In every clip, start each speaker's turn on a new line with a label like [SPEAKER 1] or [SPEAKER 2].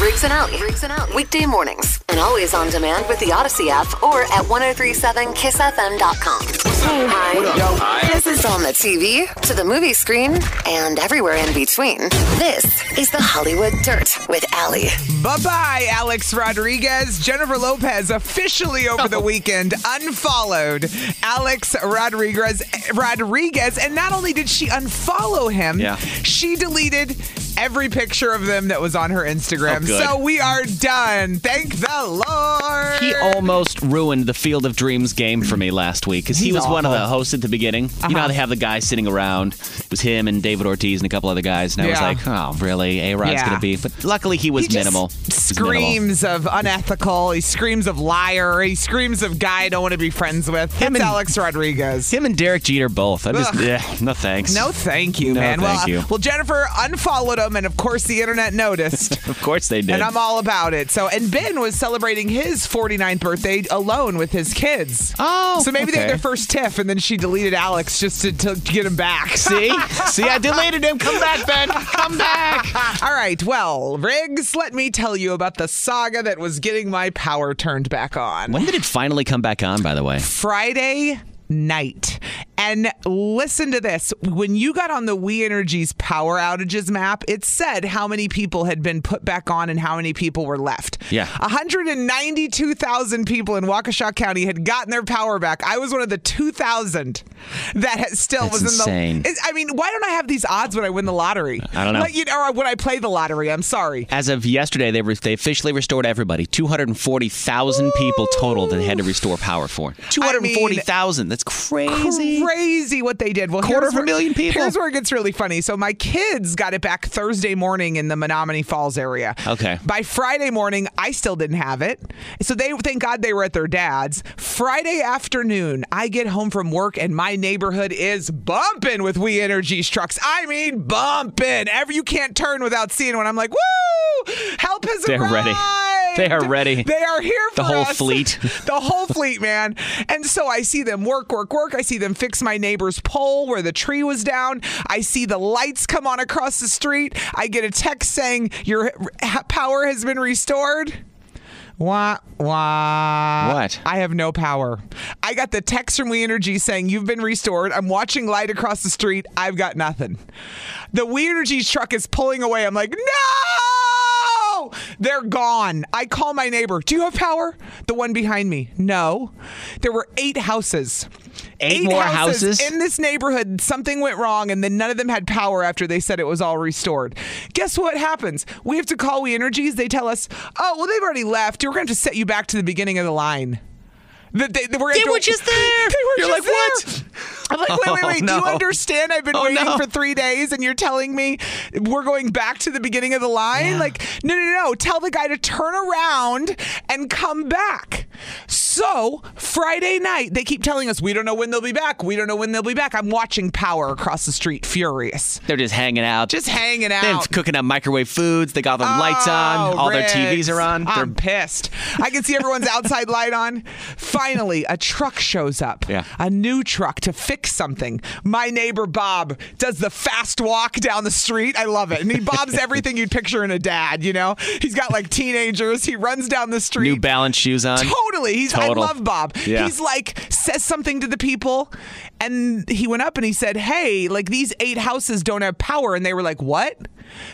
[SPEAKER 1] Riggs and Alley. Riggs and Alley. Weekday mornings. And always on demand with the Odyssey app or at 1037kissfm.com. Hey. Hi. Yo. This is on the TV, to the movie screen, and everywhere in between. This is the Hollywood Dirt with Alley.
[SPEAKER 2] Bye bye, Alex Rodriguez. Jennifer Lopez officially over
[SPEAKER 3] Oh.
[SPEAKER 2] the weekend unfollowed Alex Rodriguez. Rodriguez, and not only did she unfollow him,
[SPEAKER 3] Yeah.
[SPEAKER 2] she deleted every picture of them that was on her Instagram.
[SPEAKER 3] Oh, good.
[SPEAKER 2] so we are done. Thank the Lord.
[SPEAKER 3] He almost ruined the Field of Dreams game for me last week because he
[SPEAKER 2] He's
[SPEAKER 3] was one of
[SPEAKER 2] awful.
[SPEAKER 3] the
[SPEAKER 2] Uh-huh.
[SPEAKER 3] hosts at the beginning. You know how they have the guys sitting around. It was him and David Ortiz and a couple other guys, and I was
[SPEAKER 2] Yeah.
[SPEAKER 3] like, "Oh, really? A Rod's
[SPEAKER 2] Yeah.
[SPEAKER 3] gonna be." But luckily, he was
[SPEAKER 2] He just
[SPEAKER 3] minimal. He was minimal.
[SPEAKER 2] Screams of unethical. He screams of liar. He screams of guy I don't want to be friends with. That's
[SPEAKER 3] Him and-
[SPEAKER 2] Alex Rodriguez.
[SPEAKER 3] Him and Derek Jeter both. I just,
[SPEAKER 2] Ugh.
[SPEAKER 3] yeah, no thanks.
[SPEAKER 2] No, thank you,
[SPEAKER 3] No,
[SPEAKER 2] man. well,
[SPEAKER 3] thank
[SPEAKER 2] uh,
[SPEAKER 3] you.
[SPEAKER 2] well, Jennifer unfollowed him, and of course, the internet noticed.
[SPEAKER 3] of course they did.
[SPEAKER 2] And I'm all about it. So, and Ben was celebrating his 49th birthday alone with his kids.
[SPEAKER 3] Oh,
[SPEAKER 2] so maybe they had
[SPEAKER 3] okay.
[SPEAKER 2] their first tiff, and then she deleted Alex just to, to get him back.
[SPEAKER 3] See, see, I deleted him. Come back, Ben. Come back.
[SPEAKER 2] all right. Well, Riggs, let me tell you about the saga that was getting my power turned back on.
[SPEAKER 3] When did it finally come back on? By the way,
[SPEAKER 2] Friday night. And listen to this. When you got on the We Energy's power outages map, it said how many people had been put back on and how many people were left.
[SPEAKER 3] Yeah.
[SPEAKER 2] 192,000 people in Waukesha County had gotten their power back. I was one of the 2,000 that had- still was
[SPEAKER 3] That's
[SPEAKER 2] in
[SPEAKER 3] insane.
[SPEAKER 2] the. It- I mean, why don't I have these odds when I win the lottery?
[SPEAKER 3] I don't know.
[SPEAKER 2] Like, you know, or when I play the lottery. I'm sorry.
[SPEAKER 3] as of yesterday, they re- they officially restored everybody. Two hundred and forty thousand people total that they had to restore power for. Two hundred and forty thousand. That's crazy.
[SPEAKER 2] crazy what they did. Well,
[SPEAKER 3] Quarter
[SPEAKER 2] here's
[SPEAKER 3] of a
[SPEAKER 2] where-
[SPEAKER 3] million people.
[SPEAKER 2] Here's where it gets really funny. So my kids got it back Thursday morning in the Menominee Falls area.
[SPEAKER 3] Okay.
[SPEAKER 2] By Friday morning, I still didn't have it. So they thank God they were at their dad's. Friday afternoon, I get home from work and my neighborhood is bumping with We Energy trucks. I mean, bumping. Every you can't turn without seeing one. I'm like, woo! Help has
[SPEAKER 3] They're
[SPEAKER 2] arrived.
[SPEAKER 3] ready. They are ready.
[SPEAKER 2] They are here for
[SPEAKER 3] The whole
[SPEAKER 2] us.
[SPEAKER 3] fleet.
[SPEAKER 2] the whole fleet, man. And so I see them work, work, work. I see them fix my neighbor's pole where the tree was down. I see the lights come on across the street. I get a text saying your h- power has been restored. Wah, wah.
[SPEAKER 3] What?
[SPEAKER 2] I have no power. I got the text from We Energy saying, You've been restored. I'm watching light across the street. I've got nothing. The We Energy truck is pulling away. I'm like, No! They're gone. I call my neighbor, Do you have power? The one behind me, No. There were eight houses.
[SPEAKER 3] Eight more houses?
[SPEAKER 2] in this neighborhood. Something went wrong, and then none of them had power after they said it was all restored. Guess what happens? We have to call We Energies. They tell us, "Oh, well, they've already left. We're going to have to set you back to the beginning of the line." That they, that we're gonna
[SPEAKER 3] They
[SPEAKER 2] have to-
[SPEAKER 3] were just there.
[SPEAKER 2] They were
[SPEAKER 3] You're
[SPEAKER 2] just
[SPEAKER 3] like, what?
[SPEAKER 2] there. I'm like, wait, wait,
[SPEAKER 3] Oh,
[SPEAKER 2] wait. Do
[SPEAKER 3] no.
[SPEAKER 2] you understand? I've been
[SPEAKER 3] Oh,
[SPEAKER 2] waiting
[SPEAKER 3] no.
[SPEAKER 2] for three days, and you're telling me we're going back to the beginning of the line?
[SPEAKER 3] Yeah.
[SPEAKER 2] Like, no, no, no. Tell the guy to turn around and come back. So, Friday night, they keep telling us, we don't know when they'll be back. We don't know when they'll be back. I'm watching Power across the street, furious.
[SPEAKER 3] They're just hanging out.
[SPEAKER 2] Just hanging
[SPEAKER 3] They're
[SPEAKER 2] out.
[SPEAKER 3] cooking up microwave foods. They got their lights on.
[SPEAKER 2] Oh,
[SPEAKER 3] All
[SPEAKER 2] Riggs.
[SPEAKER 3] their TVs are on. They're-
[SPEAKER 2] I'm pissed. I can see everyone's outside light on. Finally, a truck shows up.
[SPEAKER 3] Yeah.
[SPEAKER 2] A new truck to fix something. My neighbor Bob does the fast walk down the street. I love it. And he bobs everything you'd picture in a dad, you know? He's got like teenagers. He runs down the street.
[SPEAKER 3] New Balance shoes on.
[SPEAKER 2] Totally. He's
[SPEAKER 3] Total.
[SPEAKER 2] I love Bob.
[SPEAKER 3] Yeah.
[SPEAKER 2] He's like says something to the people and he went up and he said, "Hey, like these eight houses don't have power." And they were like, "What?"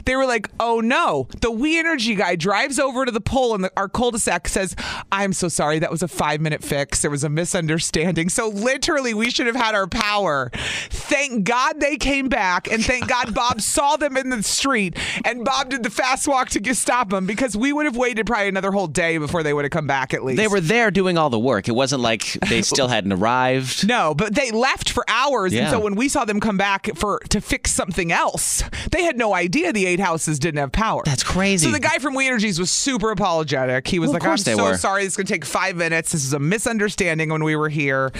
[SPEAKER 2] They were like, "Oh no!" The We Energy guy drives over to the pole in the, our cul-de-sac, says, "I'm so sorry. That was a five-minute fix. There was a misunderstanding." So literally, we should have had our power. Thank God they came back, and thank God Bob saw them in the street, and Bob did the fast walk to get stop them because we would have waited probably another whole day before they would have come back. At least
[SPEAKER 3] They were there doing all the work. It wasn't like they still hadn't arrived.
[SPEAKER 2] No, but they left for hours, and
[SPEAKER 3] Yeah.
[SPEAKER 2] so when we saw them come back for to fix something else, they had no idea the eight houses didn't have power.
[SPEAKER 3] That's crazy.
[SPEAKER 2] So the guy from We Energies was super apologetic. He was
[SPEAKER 3] Well, of
[SPEAKER 2] like, "I'm
[SPEAKER 3] course they
[SPEAKER 2] so
[SPEAKER 3] were.
[SPEAKER 2] sorry. It's going to take five minutes. This is a misunderstanding when we were here."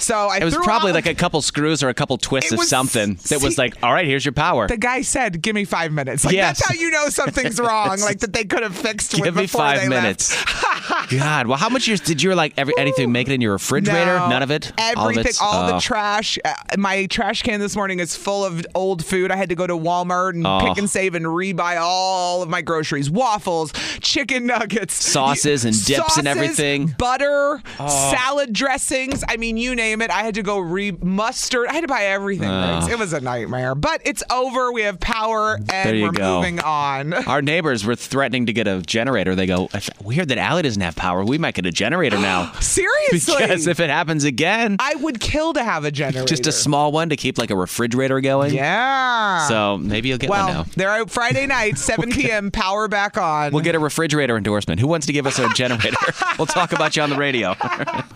[SPEAKER 2] So I
[SPEAKER 3] It was
[SPEAKER 2] threw
[SPEAKER 3] probably
[SPEAKER 2] out-
[SPEAKER 3] like a couple screws or a couple twists
[SPEAKER 2] It
[SPEAKER 3] of
[SPEAKER 2] was-
[SPEAKER 3] something that was
[SPEAKER 2] see-
[SPEAKER 3] like, all right, here's your power.
[SPEAKER 2] The guy said, "Give me five minutes." Like
[SPEAKER 3] Yes.
[SPEAKER 2] that's how you know something's wrong. like that they could have fixed.
[SPEAKER 3] Give
[SPEAKER 2] with-
[SPEAKER 3] me
[SPEAKER 2] before
[SPEAKER 3] five
[SPEAKER 2] they left.
[SPEAKER 3] minutes. God, well, how much years did you like every, anything make it in your refrigerator?
[SPEAKER 2] No.
[SPEAKER 3] None of it.
[SPEAKER 2] Everything.
[SPEAKER 3] all,
[SPEAKER 2] All,
[SPEAKER 3] of it's,
[SPEAKER 2] the
[SPEAKER 3] oh.
[SPEAKER 2] trash. Uh, my trash can this morning is full of old food. I had to go to Walmart and
[SPEAKER 3] Oh.
[SPEAKER 2] pick and save and rebuy all of my groceries: waffles, chicken nuggets,
[SPEAKER 3] Sauces and dips
[SPEAKER 2] sauces,
[SPEAKER 3] and everything. Oh.
[SPEAKER 2] butter, salad dressings. I mean, you name it. I had to go re mustard. I had to buy everything. Riggs. It was a nightmare, but it's over. We have power, and
[SPEAKER 3] There you
[SPEAKER 2] we're
[SPEAKER 3] go.
[SPEAKER 2] moving on.
[SPEAKER 3] Our neighbors were threatening to get a generator. They go, "It's weird that Allie doesn't have power. We might get a generator now.
[SPEAKER 2] Seriously,
[SPEAKER 3] because if it happens again,
[SPEAKER 2] I would kill to have a generator.
[SPEAKER 3] just a small one to keep like a refrigerator going.
[SPEAKER 2] Yeah.
[SPEAKER 3] So maybe you'll get one
[SPEAKER 2] Well,
[SPEAKER 3] now.
[SPEAKER 2] they're out Friday night, 7 p.m. Power back on.
[SPEAKER 3] We'll get a refrigerator endorsement. Who wants to give us a generator? we'll talk about you on the radio.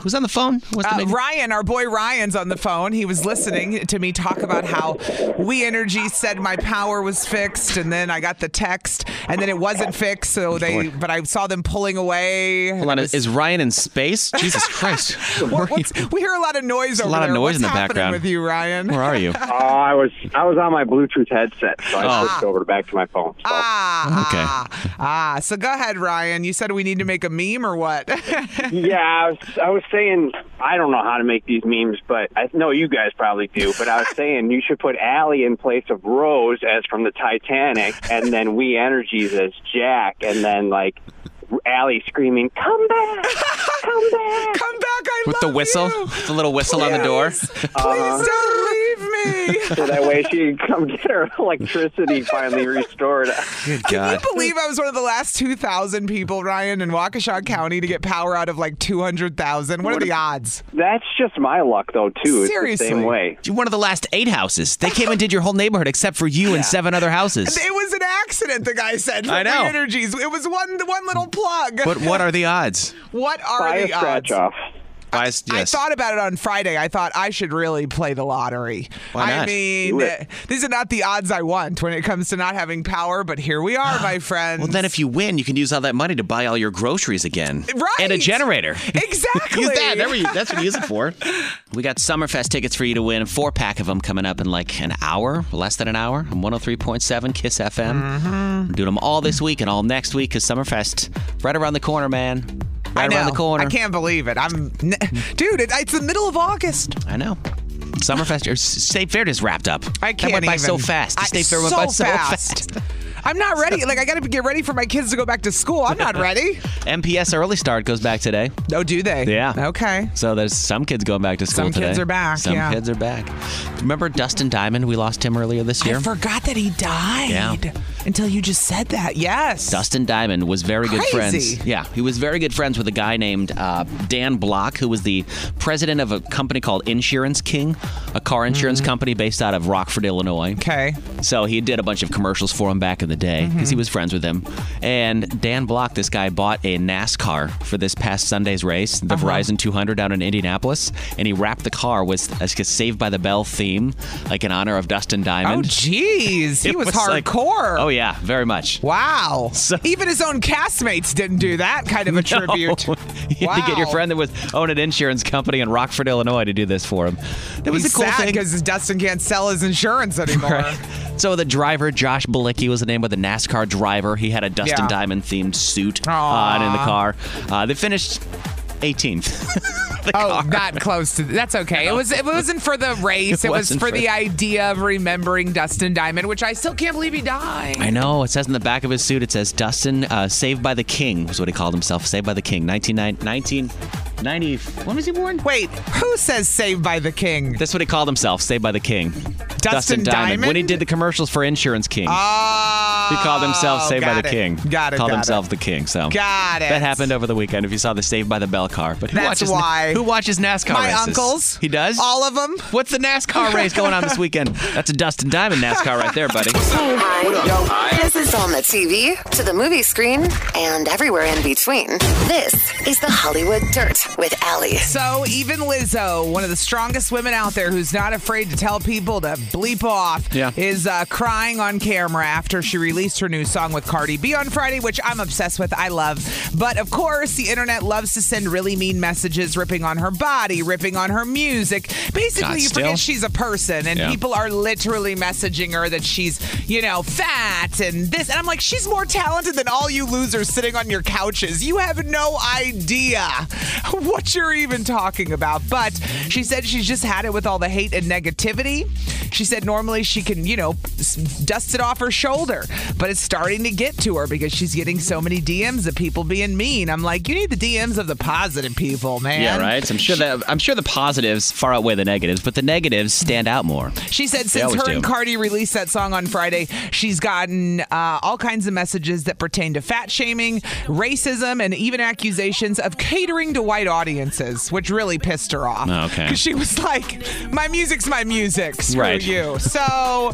[SPEAKER 3] Who's on the phone? Who wants to
[SPEAKER 2] uh,
[SPEAKER 3] make-
[SPEAKER 2] Ryan, our boy Ryan's on the phone. He was listening to me talk about how We Energy said my power was fixed, and then I got the text, and then it wasn't fixed. So they, but I saw them pulling away.
[SPEAKER 3] Hold on, is Ryan in space? Jesus Christ.
[SPEAKER 2] What- what's- we hear a lot of noise over
[SPEAKER 3] a lot of
[SPEAKER 2] there.
[SPEAKER 3] noise
[SPEAKER 2] What's
[SPEAKER 3] in the
[SPEAKER 2] happening
[SPEAKER 3] background.
[SPEAKER 2] with you, Ryan.
[SPEAKER 3] Where are you?
[SPEAKER 4] Oh, I was I was on my Bluetooth headset, so I
[SPEAKER 3] Oh.
[SPEAKER 4] switched over to back to my phone. So.
[SPEAKER 2] Ah,
[SPEAKER 3] Okay.
[SPEAKER 2] ah, ah. So go ahead, Ryan. You said we need to make a meme or what?
[SPEAKER 4] Yeah, I was I was saying I don't know how to make these memes, but I know you guys probably do. But I was saying you should put Allie in place of Rose as from the Titanic, and then We Energies as Jack, and then like Allie screaming, "Come back, come back!"
[SPEAKER 2] Come back, I
[SPEAKER 3] With the
[SPEAKER 2] love
[SPEAKER 3] whistle?
[SPEAKER 2] you.
[SPEAKER 3] The little whistle on the door?
[SPEAKER 2] Please, please don't leave me.
[SPEAKER 4] So that way she can come get her electricity finally restored.
[SPEAKER 3] Good
[SPEAKER 2] Can
[SPEAKER 3] God.
[SPEAKER 2] you believe I was one of the last 2,000 people, Ryan, in Waukesha County to get power out of like 200,000? What are the odds?
[SPEAKER 4] That's just my luck, though. Too, it's the
[SPEAKER 2] Seriously.
[SPEAKER 4] same way.
[SPEAKER 3] You're one of the last eight houses. They came and did your whole neighborhood except for you and seven other houses.
[SPEAKER 2] It was an accident, the guy said.
[SPEAKER 3] I
[SPEAKER 2] from
[SPEAKER 3] know.
[SPEAKER 2] The energies. It was one one little plug.
[SPEAKER 3] But what are the odds?
[SPEAKER 2] What are
[SPEAKER 4] Buy a
[SPEAKER 2] the odds?
[SPEAKER 4] scratch off.
[SPEAKER 3] Why is-
[SPEAKER 2] I
[SPEAKER 3] yes.
[SPEAKER 2] thought about it on Friday. I thought I should really play the lottery.
[SPEAKER 3] Why
[SPEAKER 2] I
[SPEAKER 3] not?
[SPEAKER 2] mean,
[SPEAKER 4] Do it.
[SPEAKER 2] these are not the odds I want when it comes to not having power, but here we are, my friends.
[SPEAKER 3] well, then if you win, you can use all that money to buy all your groceries again.
[SPEAKER 2] Right.
[SPEAKER 3] And a generator.
[SPEAKER 2] Exactly.
[SPEAKER 3] Use that. There we, that's what you use it for. We got Summerfest tickets for you to win. A four pack of them coming up in like an hour, less than an hour. on 103.7 Kiss FM.
[SPEAKER 2] Mm-hmm.
[SPEAKER 3] I'm doing them all this week and all next week because Summerfest right around the corner, man.
[SPEAKER 2] I
[SPEAKER 3] Right
[SPEAKER 2] know.
[SPEAKER 3] around the corner.
[SPEAKER 2] I can't believe it. I'm, dude. It, it's the middle of August.
[SPEAKER 3] I know. Summerfest or State Fair just wrapped up.
[SPEAKER 2] I can't
[SPEAKER 3] That went by
[SPEAKER 2] even.
[SPEAKER 3] so fast. The
[SPEAKER 2] I-
[SPEAKER 3] State Fair went
[SPEAKER 2] so
[SPEAKER 3] by so
[SPEAKER 2] fast.
[SPEAKER 3] fast.
[SPEAKER 2] I'm not ready. Like I got to get ready for my kids to go back to school. I'm not ready.
[SPEAKER 3] MPS early start goes back today.
[SPEAKER 2] No, Oh, do they?
[SPEAKER 3] Yeah.
[SPEAKER 2] Okay.
[SPEAKER 3] So there's some kids going back to school
[SPEAKER 2] Some
[SPEAKER 3] today.
[SPEAKER 2] kids are back,
[SPEAKER 3] Some
[SPEAKER 2] yeah.
[SPEAKER 3] kids are back. Remember Dustin Diamond? We lost him earlier this year.
[SPEAKER 2] I forgot that he died.
[SPEAKER 3] Yeah.
[SPEAKER 2] Until you just said that. Yes.
[SPEAKER 3] Dustin Diamond was very good
[SPEAKER 2] Crazy.
[SPEAKER 3] friends. Yeah, he was very good friends with a guy named uh, Dan Block, who was the president of a company called Insurance King, a car insurance company based out of Rockford, Illinois.
[SPEAKER 2] Mm-hmm. Okay.
[SPEAKER 3] So he did a bunch of commercials for him back in the day because
[SPEAKER 2] Mm-hmm.
[SPEAKER 3] he was friends with him. And Dan Block, this guy, bought a NASCAR for this past Sunday's race, the
[SPEAKER 2] Uh-huh.
[SPEAKER 3] Verizon 200 down in Indianapolis, and he wrapped the car with a Saved by the Bell theme, like in honor of Dustin
[SPEAKER 2] Oh,
[SPEAKER 3] Diamond.
[SPEAKER 2] jeez. He
[SPEAKER 3] It
[SPEAKER 2] was,
[SPEAKER 3] like-
[SPEAKER 2] hardcore.
[SPEAKER 3] oh yeah, very much.
[SPEAKER 2] Wow.
[SPEAKER 3] So-
[SPEAKER 2] Even his own castmates didn't do that kind of a tribute.
[SPEAKER 3] you had to get your
[SPEAKER 2] Wow.
[SPEAKER 3] friend that was owned an insurance company in Rockford, Illinois, to do this for him. That was
[SPEAKER 2] He's
[SPEAKER 3] a cool
[SPEAKER 2] sad
[SPEAKER 3] thing.
[SPEAKER 2] because Dustin can't sell his insurance anymore.
[SPEAKER 3] So the driver, Josh Balicki, was the name of the NASCAR driver. He had a Dustin
[SPEAKER 2] Yeah.
[SPEAKER 3] Diamond themed suit
[SPEAKER 2] Aw.
[SPEAKER 3] on in the car. Uh, they finished 18th. The
[SPEAKER 2] Oh,
[SPEAKER 3] car.
[SPEAKER 2] not close to. That's okay. It was. It wasn't for the race.
[SPEAKER 3] It
[SPEAKER 2] It, was
[SPEAKER 3] wasn't
[SPEAKER 2] for
[SPEAKER 3] for-
[SPEAKER 2] the idea of remembering Dustin Diamond, which I still can't believe he died.
[SPEAKER 3] I know. It says in the back of his suit, it says Dustin, uh, Saved by the King, was what he called himself. Saved by the King, 1999 19 90. When was he born?
[SPEAKER 2] Wait, who says Saved by the King?
[SPEAKER 3] That's what he called himself, Saved by the King.
[SPEAKER 2] Dustin Diamond?
[SPEAKER 3] When he did the commercials for Insurance King,
[SPEAKER 2] Ah,
[SPEAKER 3] he called himself Saved by
[SPEAKER 2] got
[SPEAKER 3] the
[SPEAKER 2] it.
[SPEAKER 3] King.
[SPEAKER 2] Got it.
[SPEAKER 3] Called
[SPEAKER 2] got
[SPEAKER 3] himself
[SPEAKER 2] It.
[SPEAKER 3] the King. So
[SPEAKER 2] Got it.
[SPEAKER 3] That happened over the weekend. If you saw the Saved by the Bell car, but who
[SPEAKER 2] That's
[SPEAKER 3] watches
[SPEAKER 2] why.
[SPEAKER 3] who watches NASCAR
[SPEAKER 2] My
[SPEAKER 3] races?
[SPEAKER 2] uncles.
[SPEAKER 3] He does.
[SPEAKER 2] All of them.
[SPEAKER 3] What's the NASCAR race going on this weekend? That's a Dustin Diamond NASCAR right there, buddy.
[SPEAKER 1] Hi. This is on the TV, to the movie screen, and everywhere in between. This is the Hollywood Dirt with Allie.
[SPEAKER 2] So even Lizzo, one of the strongest women out there, who's not afraid to tell people to bleep off,
[SPEAKER 3] Yeah.
[SPEAKER 2] is uh, crying on camera after she released her new song with Cardi B on Friday, which I'm obsessed with. I love, but of course, the internet loves to send really mean messages, ripping on her body, ripping on her music. Basically,
[SPEAKER 3] God,
[SPEAKER 2] you
[SPEAKER 3] still?
[SPEAKER 2] forget she's a person, and
[SPEAKER 3] Yeah.
[SPEAKER 2] people are literally messaging her that she's, you know, fat and this. And I'm like, she's more talented than all you losers sitting on your couches. You have no idea what you're even talking about. But she said she's just had it with all the hate and negativity. She said normally she can, you know, s- dust it off her shoulder, but it's starting to get to her because she's getting so many DMs of people being mean. I'm like, you need the DMs of the positive people, man.
[SPEAKER 3] Yeah, right. I'm sure that I'm sure the positives far outweigh the negatives, but the negatives stand out more.
[SPEAKER 2] She said
[SPEAKER 3] They
[SPEAKER 2] since
[SPEAKER 3] always
[SPEAKER 2] her and
[SPEAKER 3] do.
[SPEAKER 2] Cardi released that song on Friday, she's gotten uh, all kinds of messages that pertain to fat shaming, racism, and even accusations of catering to white audiences, which really pissed her off.
[SPEAKER 3] Oh, okay.
[SPEAKER 2] Because she was like, my music's my music. Screw
[SPEAKER 3] Right.
[SPEAKER 2] you. So,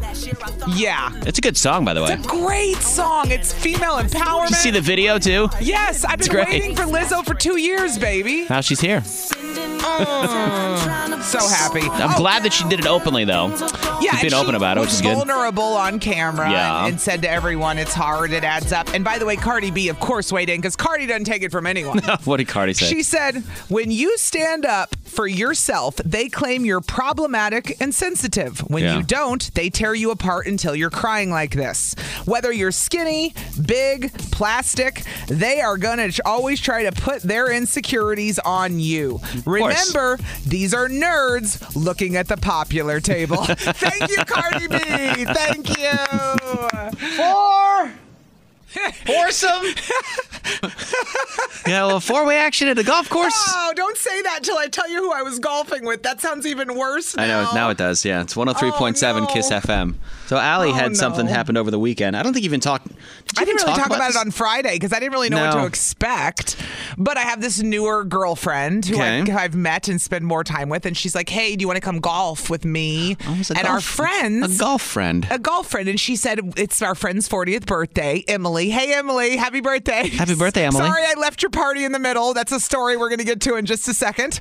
[SPEAKER 2] yeah.
[SPEAKER 3] It's a good song, by the way.
[SPEAKER 2] It's a great song. It's female empowerment.
[SPEAKER 3] Did you see the video too?
[SPEAKER 2] Yes, I've been
[SPEAKER 3] great.
[SPEAKER 2] waiting for Lizzo for two years, baby.
[SPEAKER 3] Now she's here.
[SPEAKER 2] So happy.
[SPEAKER 3] I'm
[SPEAKER 2] Oh,
[SPEAKER 3] glad that she did it openly, though.
[SPEAKER 2] Yeah,
[SPEAKER 3] She's
[SPEAKER 2] and
[SPEAKER 3] being open about it, which
[SPEAKER 2] was
[SPEAKER 3] is good.
[SPEAKER 2] vulnerable on camera
[SPEAKER 3] Yeah.
[SPEAKER 2] and, and said to everyone, it's hard, it adds up. And by the way, Cardi B, of course, weighed in because Cardi doesn't take it from anyone.
[SPEAKER 3] what did Cardi say?
[SPEAKER 2] She said, when you stand up for yourself, they claim you're problematic and sensitive. When
[SPEAKER 3] Yeah.
[SPEAKER 2] you don't, they tear you apart until you're crying like this. Whether you're skinny, big, plastic, they are going to always try to put their insecurities on you.
[SPEAKER 3] course.
[SPEAKER 2] Remember, these are nerds looking at the popular table. Thank you, Cardi B. Thank you. Four.
[SPEAKER 3] foursome. yeah, well, four way action at a golf course.
[SPEAKER 2] Oh, don't say that till I tell you who I was golfing with. That sounds even worse.
[SPEAKER 3] I know now it does. Yeah, it's 103.7
[SPEAKER 2] Oh, no.
[SPEAKER 3] Kiss FM. So Allie
[SPEAKER 2] Oh,
[SPEAKER 3] had something
[SPEAKER 2] no.
[SPEAKER 3] happen over the weekend. I don't think you even talked. Did you
[SPEAKER 2] I didn't
[SPEAKER 3] even
[SPEAKER 2] really talk about, it
[SPEAKER 3] this?
[SPEAKER 2] on Friday because I didn't really know what
[SPEAKER 3] No.
[SPEAKER 2] to expect. But I have this newer girlfriend who, I,
[SPEAKER 3] Okay.
[SPEAKER 2] who I've met and spend more time with, and she's like, "Hey, do you want to come golf with me and
[SPEAKER 3] Almost Oh, a
[SPEAKER 2] our
[SPEAKER 3] golf-
[SPEAKER 2] friends?"
[SPEAKER 3] A golf friend.
[SPEAKER 2] a girlfriend, and she said it's our friend's 40th birthday. Emily, hey Emily, happy birthday!
[SPEAKER 3] Happy birthday, Emily.
[SPEAKER 2] Sorry, I left your party in the middle. That's a story we're going to get to in just a second.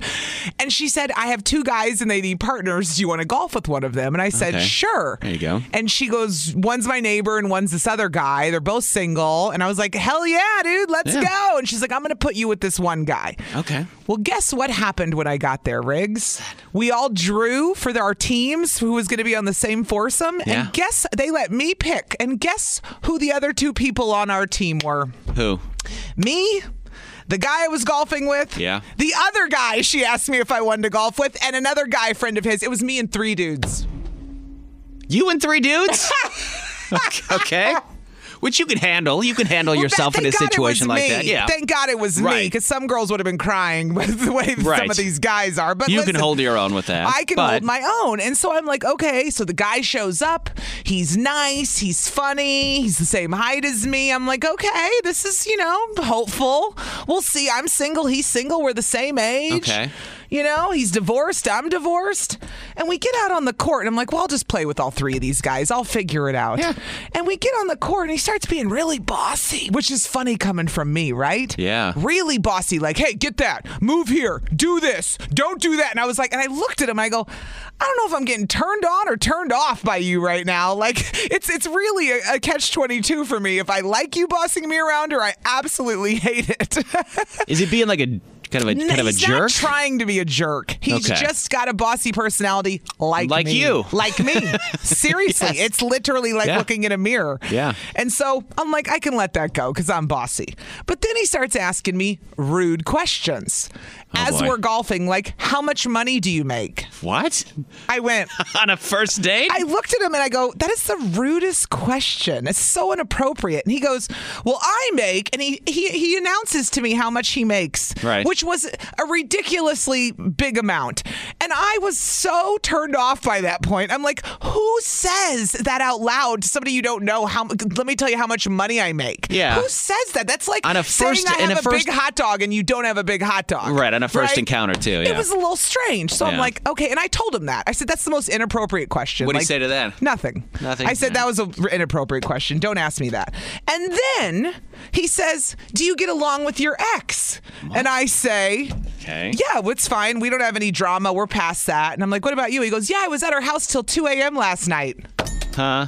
[SPEAKER 2] And she said, I have two guys and they need partners. Do you want to golf with one of them? And I said,
[SPEAKER 3] Okay.
[SPEAKER 2] sure.
[SPEAKER 3] There you go.
[SPEAKER 2] And she goes, one's my neighbor and one's this other guy. They're both single, and I was like, hell yeah, dude, let's
[SPEAKER 3] Yeah.
[SPEAKER 2] go. And she's like, I'm going to put you with this one guy.
[SPEAKER 3] okay.
[SPEAKER 2] Well, guess what happened when I got there, Riggs? We all drew for our teams who was going to be on the same foursome.
[SPEAKER 3] Yeah.
[SPEAKER 2] And guess they let me pick. And guess who the other two people on our team were?
[SPEAKER 3] Who?
[SPEAKER 2] Me. The guy I was golfing with,
[SPEAKER 3] Yeah.
[SPEAKER 2] The other guy she asked me if I wanted to golf with, and another guy friend of his. It was me and three dudes.
[SPEAKER 3] You and three dudes. okay. Which you can handle. You can handle
[SPEAKER 2] Well,
[SPEAKER 3] yourself
[SPEAKER 2] thank
[SPEAKER 3] in a
[SPEAKER 2] God it
[SPEAKER 3] situation
[SPEAKER 2] was
[SPEAKER 3] like
[SPEAKER 2] me.
[SPEAKER 3] that. Yeah.
[SPEAKER 2] Thank God it was me,
[SPEAKER 3] Right.
[SPEAKER 2] because some girls would have been crying with the way that some
[SPEAKER 3] Right.
[SPEAKER 2] of these guys are. But
[SPEAKER 3] you can
[SPEAKER 2] listen,
[SPEAKER 3] hold your own with that.
[SPEAKER 2] I can
[SPEAKER 3] but
[SPEAKER 2] hold my own. And so I'm like, okay, so the guy shows up. He's nice. He's funny. He's the same height as me. I'm like, okay, this is, you know, hopeful. We'll see. I'm single. He's single. We're the same age.
[SPEAKER 3] Okay.
[SPEAKER 2] You know, he's divorced. I'm divorced. And we get out on the court, and I'm like, well, I'll just play with all three of these guys. I'll figure it out.
[SPEAKER 3] Yeah.
[SPEAKER 2] And we get on the court, and he starts being really bossy, which is funny coming from me, right?
[SPEAKER 3] Yeah.
[SPEAKER 2] Really bossy, like, hey, get that, move here, do this, don't do that. And I was like, and I looked at him, I go, I don't know if I'm getting turned on or turned off by you right now. Like, it's it's really a, a catch twenty two for me. If I like you bossing me around, or I absolutely hate it.
[SPEAKER 3] Is it being like a kind of a kind of a
[SPEAKER 2] he's
[SPEAKER 3] jerk?
[SPEAKER 2] Not trying to be a jerk. He's
[SPEAKER 3] Okay.
[SPEAKER 2] just got a bossy personality like
[SPEAKER 3] Like
[SPEAKER 2] me.
[SPEAKER 3] you.
[SPEAKER 2] like me. Seriously, it's literally like
[SPEAKER 3] Yeah.
[SPEAKER 2] looking in a mirror.
[SPEAKER 3] Yeah.
[SPEAKER 2] And so I'm like, I can let that go because I'm bossy. But then he starts asking me rude questions as
[SPEAKER 3] Oh, boy.
[SPEAKER 2] we're golfing, like, how much money do you make?
[SPEAKER 3] what?
[SPEAKER 2] I went.
[SPEAKER 3] On a first date?
[SPEAKER 2] I looked at him and I go, that is the rudest question. It's so inappropriate. And he goes, well, I make, and he he, he announces to me how much he makes,
[SPEAKER 3] Right.
[SPEAKER 2] which which was a ridiculously big amount. And I was so turned off by that point. I'm like, who says that out loud to somebody you don't know? How? Let me tell you how much money I make.
[SPEAKER 3] Yeah.
[SPEAKER 2] Who says that? That's like
[SPEAKER 3] On a
[SPEAKER 2] saying
[SPEAKER 3] first-
[SPEAKER 2] I
[SPEAKER 3] in
[SPEAKER 2] have
[SPEAKER 3] a first-
[SPEAKER 2] big hot dog and you don't have a big hot dog.
[SPEAKER 3] Right, on a first
[SPEAKER 2] Right?
[SPEAKER 3] encounter, too.
[SPEAKER 2] It
[SPEAKER 3] yeah.
[SPEAKER 2] was a little strange. So I'm
[SPEAKER 3] Yeah.
[SPEAKER 2] like, okay. And I told him that. I said, that's the most inappropriate question.
[SPEAKER 3] What'd he
[SPEAKER 2] Like,
[SPEAKER 3] say to that?
[SPEAKER 2] Nothing.
[SPEAKER 3] Nothing?
[SPEAKER 2] I said
[SPEAKER 3] Yeah.
[SPEAKER 2] that was an inappropriate question. Don't ask me that. And then he says, do you get along with your ex? And I say,
[SPEAKER 3] Okay.
[SPEAKER 2] yeah, it's fine. We don't have any drama. We're past that. And I'm like, what about you? He goes, yeah, I was at her house till 2 a.m. last night.
[SPEAKER 3] Huh?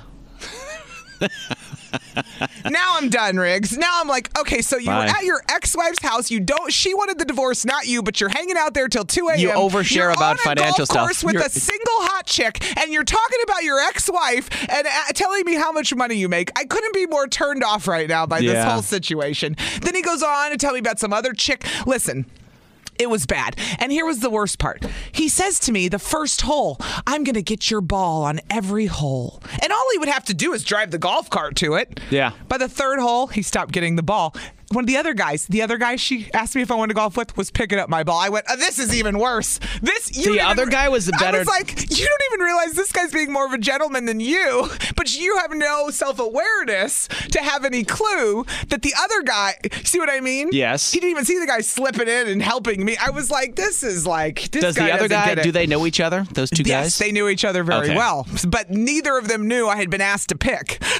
[SPEAKER 2] Now I'm done, Riggs. Now I'm like, okay, so you
[SPEAKER 3] Bye.
[SPEAKER 2] were at your ex-wife's house. You don't. She wanted the divorce, not you. But you're hanging out there till 2 a.m.
[SPEAKER 3] You overshare
[SPEAKER 2] You're
[SPEAKER 3] about
[SPEAKER 2] on a
[SPEAKER 3] financial
[SPEAKER 2] golf
[SPEAKER 3] stuff.
[SPEAKER 2] course with
[SPEAKER 3] You're-
[SPEAKER 2] a single hot chick, and you're talking about your ex-wife and uh, telling me how much money you make. I couldn't be more turned off right now by this
[SPEAKER 3] Yeah.
[SPEAKER 2] whole situation. Then he goes on to tell me about some other chick. Listen. It was bad. And here was the worst part. He says to me, the first hole, I'm going to get your ball on every hole. And all he would have to do is drive the golf cart to it.
[SPEAKER 3] Yeah.
[SPEAKER 2] By the third hole, he stopped getting the ball. One of the other guys, the other guy she asked me if I wanted to golf with, was picking up my ball. I went, oh, this is even worse. This you
[SPEAKER 3] The
[SPEAKER 2] didn't
[SPEAKER 3] other guy was the
[SPEAKER 2] I
[SPEAKER 3] better-
[SPEAKER 2] was like, you don't even realize this guy's being more of a gentleman than you, but you have no self awareness to have any clue that the other guy. See what I mean?
[SPEAKER 3] Yes.
[SPEAKER 2] He didn't even see the guy slipping in and helping me. I was like, this is like this
[SPEAKER 3] Does
[SPEAKER 2] guy
[SPEAKER 3] the other
[SPEAKER 2] doesn't
[SPEAKER 3] guy,
[SPEAKER 2] get it.
[SPEAKER 3] do they know each other? Those two
[SPEAKER 2] Yes,
[SPEAKER 3] guys?
[SPEAKER 2] they knew each other very
[SPEAKER 3] Okay.
[SPEAKER 2] well, but neither of them knew I had been asked to pick.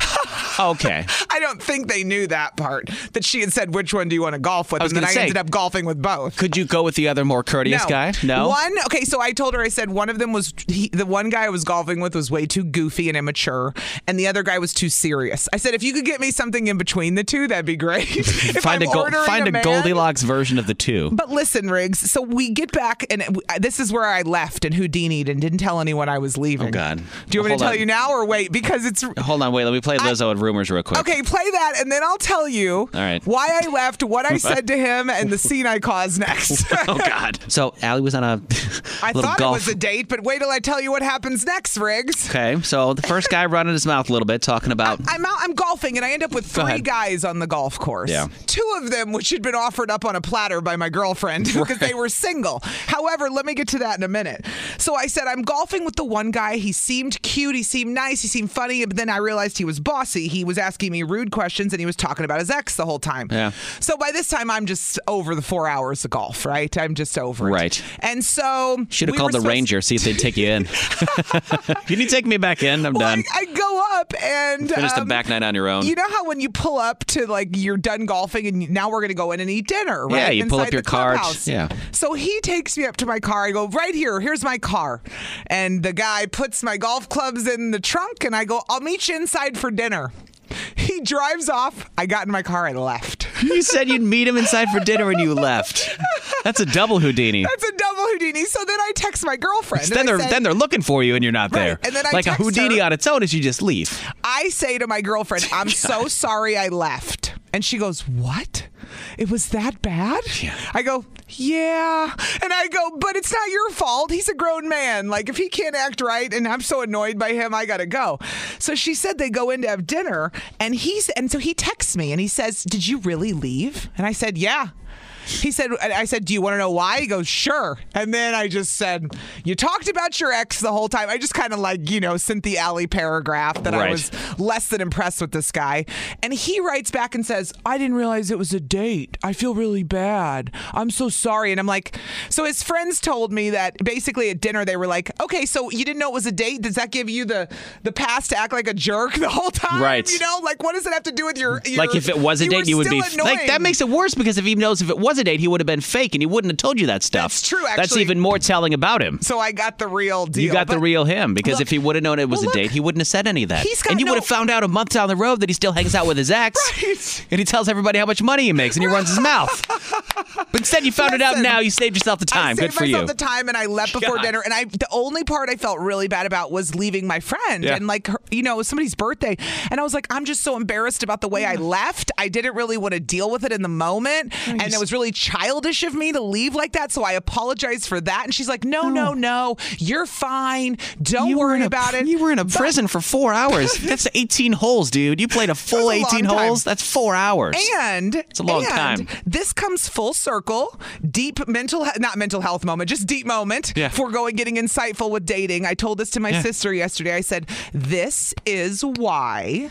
[SPEAKER 3] Okay.
[SPEAKER 2] I don't think they knew that part that she had said, "Which one do you want to golf with?"
[SPEAKER 3] I was
[SPEAKER 2] and then
[SPEAKER 3] gonna
[SPEAKER 2] I
[SPEAKER 3] say-
[SPEAKER 2] ended up golfing with both.
[SPEAKER 3] Could you go with the other more courteous guy? No.
[SPEAKER 2] One. Okay, so I told her. I said one of them was he, the one guy I was golfing with was way too goofy and immature, and the other guy was too serious. I said if you could get me something in between the two, that'd be great. If
[SPEAKER 3] Find
[SPEAKER 2] I'm
[SPEAKER 3] a go-
[SPEAKER 2] ordering
[SPEAKER 3] find a
[SPEAKER 2] man-
[SPEAKER 3] Goldilocks version of the two.
[SPEAKER 2] But listen, Riggs. So we get back, and it- this is where I left and houdini'd and didn't tell anyone I was leaving.
[SPEAKER 3] Oh, God.
[SPEAKER 2] Do you want me
[SPEAKER 3] Hold
[SPEAKER 2] to tell
[SPEAKER 3] on.
[SPEAKER 2] you now or wait? Because it's
[SPEAKER 3] Hold on, wait. Let me play Lizzo and rumors real quick.
[SPEAKER 2] Okay, play that, and then I'll tell you
[SPEAKER 3] All right.
[SPEAKER 2] why I left, what I said to him, and the scene I caused next.
[SPEAKER 3] Oh God. So Allie was on a
[SPEAKER 2] I
[SPEAKER 3] little
[SPEAKER 2] thought
[SPEAKER 3] golf.
[SPEAKER 2] it was a date, but wait till I tell you what happens next, Riggs.
[SPEAKER 3] okay. So the first guy running his mouth a little bit, talking about
[SPEAKER 2] I'm out. I'm golfing, and I end up with
[SPEAKER 3] Go
[SPEAKER 2] three
[SPEAKER 3] ahead.
[SPEAKER 2] guys on the golf course.
[SPEAKER 3] Yeah.
[SPEAKER 2] Two of them, which had been offered up on a platter by my girlfriend because they were single. However, let me get to that in a minute. So I said I'm golfing with the one guy. He seemed cute. He seemed nice. He seemed funny. But then I realized he was bossy. He was asking me rude questions, and he was talking about his ex the whole time.
[SPEAKER 3] Yeah.
[SPEAKER 2] So by this time, I'm just over the four hours of golf. Right. I'm just over it.
[SPEAKER 3] Right.
[SPEAKER 2] And so
[SPEAKER 3] should have
[SPEAKER 2] we
[SPEAKER 3] called
[SPEAKER 2] were
[SPEAKER 3] the
[SPEAKER 2] supposed-
[SPEAKER 3] ranger, see if they'd take you in. Can you take me back in? I'm
[SPEAKER 2] Well,
[SPEAKER 3] done.
[SPEAKER 2] I, I go up and
[SPEAKER 3] Finish the
[SPEAKER 2] um,
[SPEAKER 3] back nine on your own.
[SPEAKER 2] You know how when you pull up to like you're done golfing and now we're gonna go in and eat dinner, right?
[SPEAKER 3] Yeah, you pull up
[SPEAKER 2] Inside
[SPEAKER 3] your
[SPEAKER 2] the
[SPEAKER 3] cart.
[SPEAKER 2] clubhouse.
[SPEAKER 3] Yeah.
[SPEAKER 2] So he takes me up to my car. I go right here. Here's my car, and the guy puts my golf clubs in the trunk, and I go, I'll meet you inside for dinner. He drives off. I got in my car. I left.
[SPEAKER 3] you said you'd meet him inside for dinner and you left. That's a double Houdini.
[SPEAKER 2] That's a double Houdini. So then I text my girlfriend.
[SPEAKER 3] then
[SPEAKER 2] and I
[SPEAKER 3] they're
[SPEAKER 2] said-
[SPEAKER 3] then they're looking for you and you're not
[SPEAKER 2] Right,
[SPEAKER 3] there.
[SPEAKER 2] and then I
[SPEAKER 3] like a
[SPEAKER 2] text
[SPEAKER 3] Houdini
[SPEAKER 2] her.
[SPEAKER 3] on its own is you just leave.
[SPEAKER 2] I say to my girlfriend, I'm so sorry I left. And she goes, What? It was that bad? I go, Yeah. And I go, But it's not your fault. He's a grown man. Like, if he can't act right and I'm so annoyed by him, I got to go. So she said they go in to have dinner. And he's, and so he texts me and he says, Did you really leave? And I said, Yeah. He said, and I said, Do you want to know why? He goes, Sure. And then I just said, You talked about your ex the whole time. I just kind of like, you know, sent the alley paragraph that I
[SPEAKER 3] Right.
[SPEAKER 2] was less than impressed with this guy. And he writes back and says, I didn't realize it was a date. I feel really bad. I'm so sorry. And I'm like, So his friends told me that basically at dinner they were like, Okay, so you didn't know it was a date? Does that give you the, the pass to act like a jerk the whole time?
[SPEAKER 3] Right.
[SPEAKER 2] You know, like what does it have to do with your. your
[SPEAKER 3] Like if it was a
[SPEAKER 2] you were
[SPEAKER 3] date, you would be
[SPEAKER 2] still
[SPEAKER 3] like that
[SPEAKER 2] annoying.
[SPEAKER 3] makes it worse because if he knows if it was a date, he would have been fake and he wouldn't have told you that stuff.
[SPEAKER 2] That's true,
[SPEAKER 3] That's
[SPEAKER 2] actually.
[SPEAKER 3] even more telling about him.
[SPEAKER 2] So I got the real deal.
[SPEAKER 3] You got the
[SPEAKER 2] But-
[SPEAKER 3] real him because
[SPEAKER 2] look-
[SPEAKER 3] if he would have known it was
[SPEAKER 2] well,
[SPEAKER 3] a date,
[SPEAKER 2] look,
[SPEAKER 3] he wouldn't have said any of that.
[SPEAKER 2] he's got
[SPEAKER 3] and you
[SPEAKER 2] no-
[SPEAKER 3] would have found out a month down the road that he still hangs out with his ex.
[SPEAKER 2] Right.
[SPEAKER 3] And he tells everybody how much money he makes and he runs his mouth. But instead, you found it out
[SPEAKER 2] Listen,
[SPEAKER 3] now. You saved yourself the
[SPEAKER 2] I
[SPEAKER 3] time.
[SPEAKER 2] saved
[SPEAKER 3] Good for
[SPEAKER 2] myself
[SPEAKER 3] you.
[SPEAKER 2] the time, and I left before
[SPEAKER 3] God.
[SPEAKER 2] dinner. And I, the only part I felt really bad about was leaving my friend,
[SPEAKER 3] Yeah.
[SPEAKER 2] and like her, you know, it was somebody's birthday, and I was like, I'm just so embarrassed about the way I left. I didn't really want to deal with it in the moment, and it was really childish of me to leave like that. So I apologized for that. And she's like, No, no, no, you're fine. Don't
[SPEAKER 3] Oh. You were
[SPEAKER 2] worry
[SPEAKER 3] in a-
[SPEAKER 2] about it.
[SPEAKER 3] You were in a
[SPEAKER 2] But-
[SPEAKER 3] prison for four hours. That's 18 holes, dude. You played a full
[SPEAKER 2] That was a long
[SPEAKER 3] 18
[SPEAKER 2] time.
[SPEAKER 3] holes. That's four hours.
[SPEAKER 2] And
[SPEAKER 3] It's a long
[SPEAKER 2] and
[SPEAKER 3] time.
[SPEAKER 2] This comes full circle circle, deep mental, he- not mental health moment, just deep moment
[SPEAKER 3] Yeah.
[SPEAKER 2] for going getting insightful with dating. I told this to my
[SPEAKER 3] Yeah.
[SPEAKER 2] sister yesterday. I said, This is why.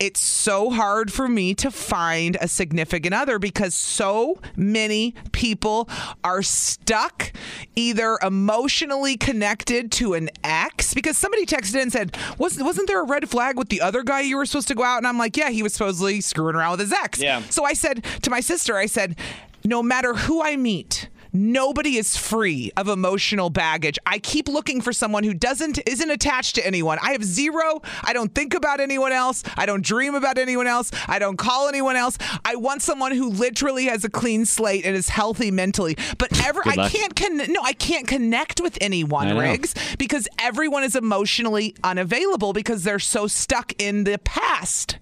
[SPEAKER 2] It's so hard for me to find a significant other because so many people are stuck either emotionally connected to an ex. Because somebody texted in and said, wasn't, wasn't there a red flag with the other guy you were supposed to go out? And I'm like, Yeah, he was supposedly screwing around with his ex.
[SPEAKER 4] Yeah.
[SPEAKER 2] So I said to my sister, I said, no matter who I meet, nobody is free of emotional baggage. I keep looking for someone who doesn't isn't attached to anyone. I have zero. I don't think about anyone else. I don't dream about anyone else. I don't call anyone else. I want someone who literally has a clean slate and is healthy mentally. But ever
[SPEAKER 3] Good
[SPEAKER 2] I
[SPEAKER 3] luck.
[SPEAKER 2] can't con- no, I can't connect with
[SPEAKER 3] I
[SPEAKER 2] anyone,
[SPEAKER 3] know.
[SPEAKER 2] Riggs, because everyone is emotionally unavailable because they're so stuck in the past.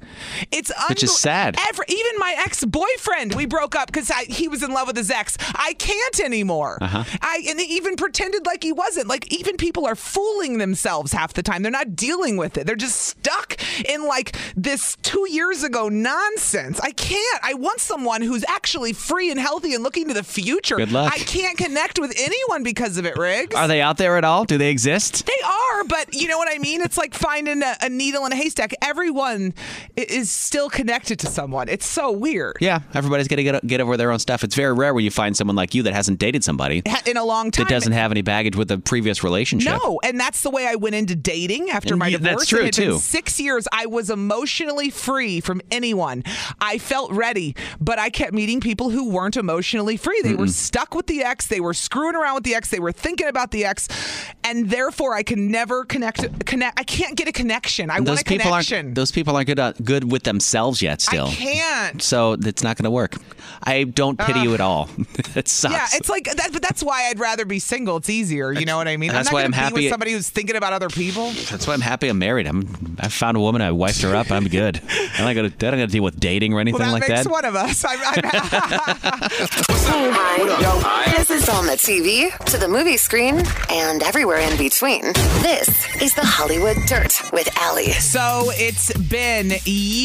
[SPEAKER 2] It's
[SPEAKER 3] Which is
[SPEAKER 2] unbel-
[SPEAKER 3] sad.
[SPEAKER 2] Ever, even my ex boyfriend, we broke up because he was in love with his ex. I can't anymore.
[SPEAKER 3] Uh-huh.
[SPEAKER 2] I and they even pretended like he wasn't. Like even people are fooling themselves half the time. They're not dealing with it. They're just stuck in like this two years ago nonsense. I can't. I want someone who's actually free and healthy and looking to the future.
[SPEAKER 3] Good luck.
[SPEAKER 2] I can't connect with anyone because of it, Riggs.
[SPEAKER 3] Are they out there at all? Do they exist?
[SPEAKER 2] They are, but you know what I mean? It's like finding a, a needle in a haystack. Everyone i- is still connected to someone. It's so weird.
[SPEAKER 3] Yeah, everybody's gonna get get over their own stuff. It's very rare when you find someone like you that hasn't dated somebody
[SPEAKER 2] Ha- In a long time.
[SPEAKER 3] that doesn't have any baggage with a previous relationship.
[SPEAKER 2] No, and that's the way I went into dating after
[SPEAKER 3] And
[SPEAKER 2] my
[SPEAKER 3] you-
[SPEAKER 2] divorce.
[SPEAKER 3] that's true,
[SPEAKER 2] it had been
[SPEAKER 3] too.
[SPEAKER 2] six years, I was emotionally free from anyone. I felt ready, but I kept meeting people who weren't emotionally free. They were stuck with the ex. They were screwing around with the ex. They were thinking about the ex, and therefore I can never connect. Connect. I can't get a connection. I want
[SPEAKER 3] those
[SPEAKER 2] a
[SPEAKER 3] people
[SPEAKER 2] connection.
[SPEAKER 3] aren't those people aren't good at- good with themselves yet. Still,
[SPEAKER 2] I can't.
[SPEAKER 3] So that's not gonna work. I don't pity you at all. it sucks.
[SPEAKER 2] Yeah, it's like that, but that's why I'd rather be single. It's easier, you know what I mean.
[SPEAKER 3] that's
[SPEAKER 2] I'm not
[SPEAKER 3] why
[SPEAKER 2] gonna
[SPEAKER 3] I'm
[SPEAKER 2] be with
[SPEAKER 3] happy-
[SPEAKER 2] somebody who's thinking about other people.
[SPEAKER 3] That's why I'm happy I'm married. I'm I found a woman. I wifed her up. I'm good. I'm not gonna. I don't gotta deal with dating or anything
[SPEAKER 2] Well, that
[SPEAKER 3] like
[SPEAKER 2] makes
[SPEAKER 3] that.
[SPEAKER 2] one of us. I'm, I'm,
[SPEAKER 1] Hi. This is on the TV, to the movie screen, and everywhere in between. This is the Hollywood Dirt with Allie.
[SPEAKER 2] so it's been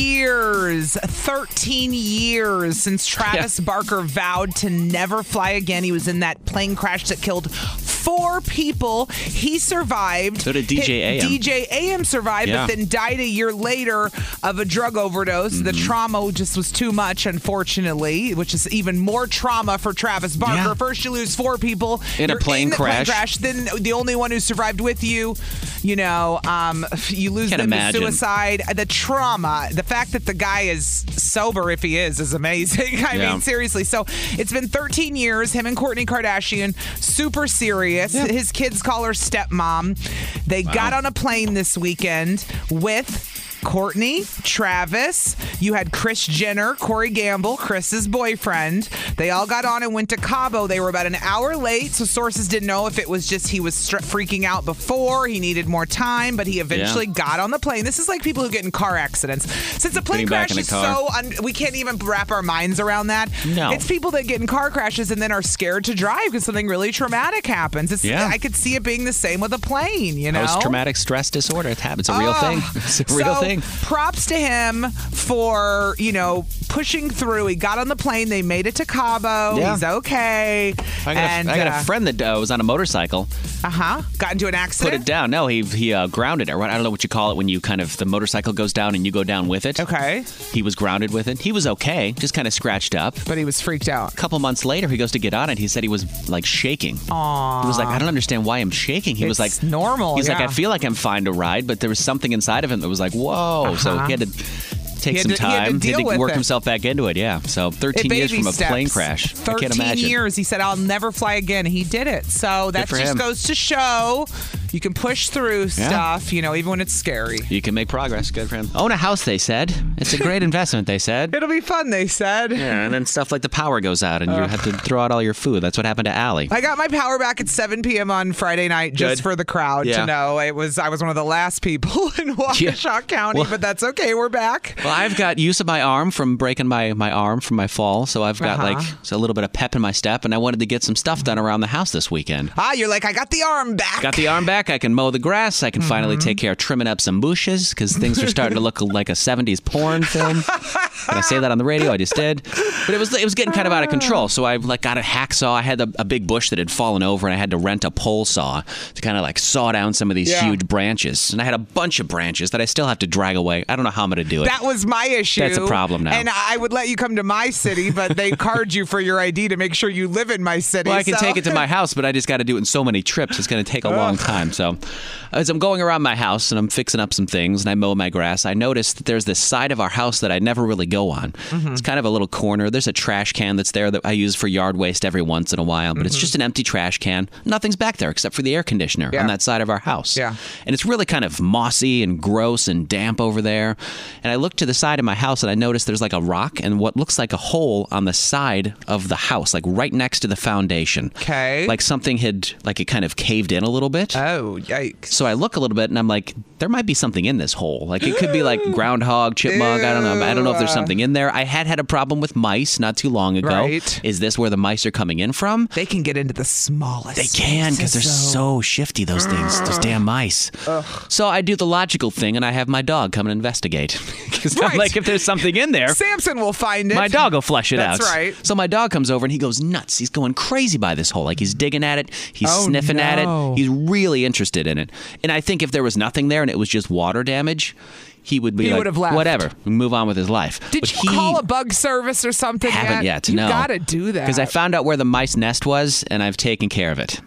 [SPEAKER 2] years, 13 years since Travis Barker vowed to never fly again. He was in that plane crash that killed four people. He survived.
[SPEAKER 3] So did DJ
[SPEAKER 2] Hit-
[SPEAKER 3] AM.
[SPEAKER 2] DJ AM survived,
[SPEAKER 3] Yeah.
[SPEAKER 2] but then died a year later of a drug overdose. The
[SPEAKER 3] Mm-hmm.
[SPEAKER 2] trauma just was too much, unfortunately, which is even more trauma for Travis Barker.
[SPEAKER 3] Yeah.
[SPEAKER 2] First, you lose four people
[SPEAKER 3] In a
[SPEAKER 2] You're
[SPEAKER 3] plane
[SPEAKER 2] the
[SPEAKER 3] crash.
[SPEAKER 2] Then the only one who survived with you, you know, um, you lose
[SPEAKER 3] Can't
[SPEAKER 2] them
[SPEAKER 3] imagine.
[SPEAKER 2] to suicide. The trauma, the fact that the guy is sober if he is, is amazing. I
[SPEAKER 3] Yeah.
[SPEAKER 2] mean, seriously. So it's been 13 years. Him and Courtney Kardashian, super serious. His kids call her stepmom. They got on a plane this weekend with. Courtney, Travis, you had Chris Jenner, Corey Gamble, Chris's boyfriend. They all got on and went to Cabo. They were about an hour late, so sources didn't know if it was just he was str- freaking out before, he needed more time, but he eventually got on the plane. This is like people who get in car accidents. Since a plane
[SPEAKER 3] Getting back
[SPEAKER 2] crash
[SPEAKER 3] in a
[SPEAKER 2] is
[SPEAKER 3] car.
[SPEAKER 2] so un- we can't even wrap our minds around that.
[SPEAKER 3] No.
[SPEAKER 2] It's people that get in car crashes and then are scared to drive because something really traumatic happens. It's,
[SPEAKER 3] Yeah.
[SPEAKER 2] I could see it being the same with a plane, you know?
[SPEAKER 3] Post traumatic stress disorder. It happens. It's a real thing.
[SPEAKER 2] Ugh.
[SPEAKER 3] It's a real
[SPEAKER 2] Oh, so,
[SPEAKER 3] thing.
[SPEAKER 2] Props to him for you know pushing through. He got on the plane. They made it to Cabo.
[SPEAKER 3] Yeah.
[SPEAKER 2] He's okay.
[SPEAKER 3] I got,
[SPEAKER 2] and
[SPEAKER 3] a, I got a friend that uh, was on a motorcycle,
[SPEAKER 2] Uh huh. Got into an accident.
[SPEAKER 3] put it down. No, he he uh, grounded it. Right? I don't know what you call it when you kind of the motorcycle goes down and you go down with it.
[SPEAKER 2] Okay.
[SPEAKER 3] He was grounded with it. He was okay, just kind of scratched up.
[SPEAKER 2] But he was freaked out.
[SPEAKER 3] A couple months later, he goes to get on it. He said he was like shaking. Aww. He was like, I don't understand why I'm shaking. He was
[SPEAKER 2] It's
[SPEAKER 3] like,
[SPEAKER 2] normal,
[SPEAKER 3] He's
[SPEAKER 2] yeah.
[SPEAKER 3] like, I feel like I'm fine to ride, but there was something inside of him that was like, whoa. So he had to
[SPEAKER 2] Uh-huh.
[SPEAKER 3] take
[SPEAKER 2] He had
[SPEAKER 3] some
[SPEAKER 2] to- he had to
[SPEAKER 3] time.
[SPEAKER 2] deal with
[SPEAKER 3] work
[SPEAKER 2] it.
[SPEAKER 3] himself back into it. Yeah. So 13
[SPEAKER 2] It
[SPEAKER 3] years
[SPEAKER 2] baby
[SPEAKER 3] from a plane
[SPEAKER 2] steps.
[SPEAKER 3] crash. I
[SPEAKER 2] 13
[SPEAKER 3] can't imagine.
[SPEAKER 2] years. He said, I'll never fly again. He did it. So that
[SPEAKER 3] for
[SPEAKER 2] just
[SPEAKER 3] him.
[SPEAKER 2] goes to show you can push through stuff, you know, even when it's scary.
[SPEAKER 3] You can make progress. Good for him. Own a house, they said. It's a great investment, they said.
[SPEAKER 2] It'll be fun, they said.
[SPEAKER 3] Yeah, and then stuff like the power goes out and you have to throw out all your food. That's what happened to Allie.
[SPEAKER 2] I got my power back at 7 p.m. on Friday night just
[SPEAKER 3] Good.
[SPEAKER 2] for the crowd
[SPEAKER 3] Yeah.
[SPEAKER 2] to know. It was I was one of the last people in Waukesha County,
[SPEAKER 3] Well-
[SPEAKER 2] but that's okay. We're back.
[SPEAKER 3] Well, I've got use of my arm from breaking my, my arm from my fall, so I've got like so a little bit of pep in my step, and I wanted to get some stuff done around the house this weekend.
[SPEAKER 2] Ah, you're like I got the arm back. Mm-hmm.
[SPEAKER 3] Got the arm back. I can mow the grass. I can finally take care of trimming up some bushes because things are starting to look like a 70s porn film. Did I say that on the radio? I just did. But it was it was getting kind of out of control. So I like got a hacksaw. I had a, a big bush that had fallen over, and I had to rent a pole saw to kind of like saw down some of these
[SPEAKER 2] Yeah.
[SPEAKER 3] huge branches. And I had a bunch of branches that I still have to drag away. I don't know how I'm going to do it.
[SPEAKER 2] That was my issue.
[SPEAKER 3] That's a problem now.
[SPEAKER 2] And I would let you come to my city, but they card you for your ID to make sure you live in my city.
[SPEAKER 3] Well, I can
[SPEAKER 2] so-
[SPEAKER 3] take it to my house, but I just got to do it in so many trips. It's going to take a long time. So, as I'm going around my house and I'm fixing up some things and I mow my grass, I noticed that there's this side of our house that I never really go on. It's kind of a little corner. There's a trash can that's there that I use for yard waste every once in a while, but it's just an empty trash can. Nothing's back there except for the air conditioner
[SPEAKER 2] Yeah.
[SPEAKER 3] on that side of our house.
[SPEAKER 2] Yeah.
[SPEAKER 3] And it's really kind of mossy and gross and damp over there. And I look to the side of my house and I notice there's like a rock and what looks like a hole on the side of the house, like right next to the foundation.
[SPEAKER 2] Okay.
[SPEAKER 3] Like something had, like it kind of caved in a little bit.
[SPEAKER 2] Oh, yikes.
[SPEAKER 3] so I look a little bit and I'm like, there might be something in this hole. Like it could be like groundhog, chipmunk. I don't know. I don't know if there's something in there. I had had a problem with mice not too long ago.
[SPEAKER 2] Right.
[SPEAKER 3] Is this where the mice are coming in from?
[SPEAKER 2] They can get into the smallest.
[SPEAKER 3] They can because they're so shifty, those things, those damn mice. So I do the logical thing and I have my dog come and investigate. Because
[SPEAKER 2] Right.
[SPEAKER 3] I'm like, if there's something in there,
[SPEAKER 2] Samson will find it.
[SPEAKER 3] my dog will flush it
[SPEAKER 2] That's
[SPEAKER 3] out.
[SPEAKER 2] right.
[SPEAKER 3] So my dog comes over and he goes nuts. He's going crazy by this hole. Like he's digging at it, he's
[SPEAKER 2] Oh,
[SPEAKER 3] sniffing at
[SPEAKER 2] no.
[SPEAKER 3] it, he's really interested in it. And I think if there was nothing there and it was just water damage, he would be
[SPEAKER 2] He
[SPEAKER 3] like,
[SPEAKER 2] would have left.
[SPEAKER 3] whatever, move on with his life.
[SPEAKER 2] Did
[SPEAKER 3] But
[SPEAKER 2] you
[SPEAKER 3] he-
[SPEAKER 2] call a bug service or something?
[SPEAKER 3] haven't yet.
[SPEAKER 2] You
[SPEAKER 3] no,
[SPEAKER 2] gotta do that.
[SPEAKER 3] because I found out where the mice nest was, and I've taken care of it.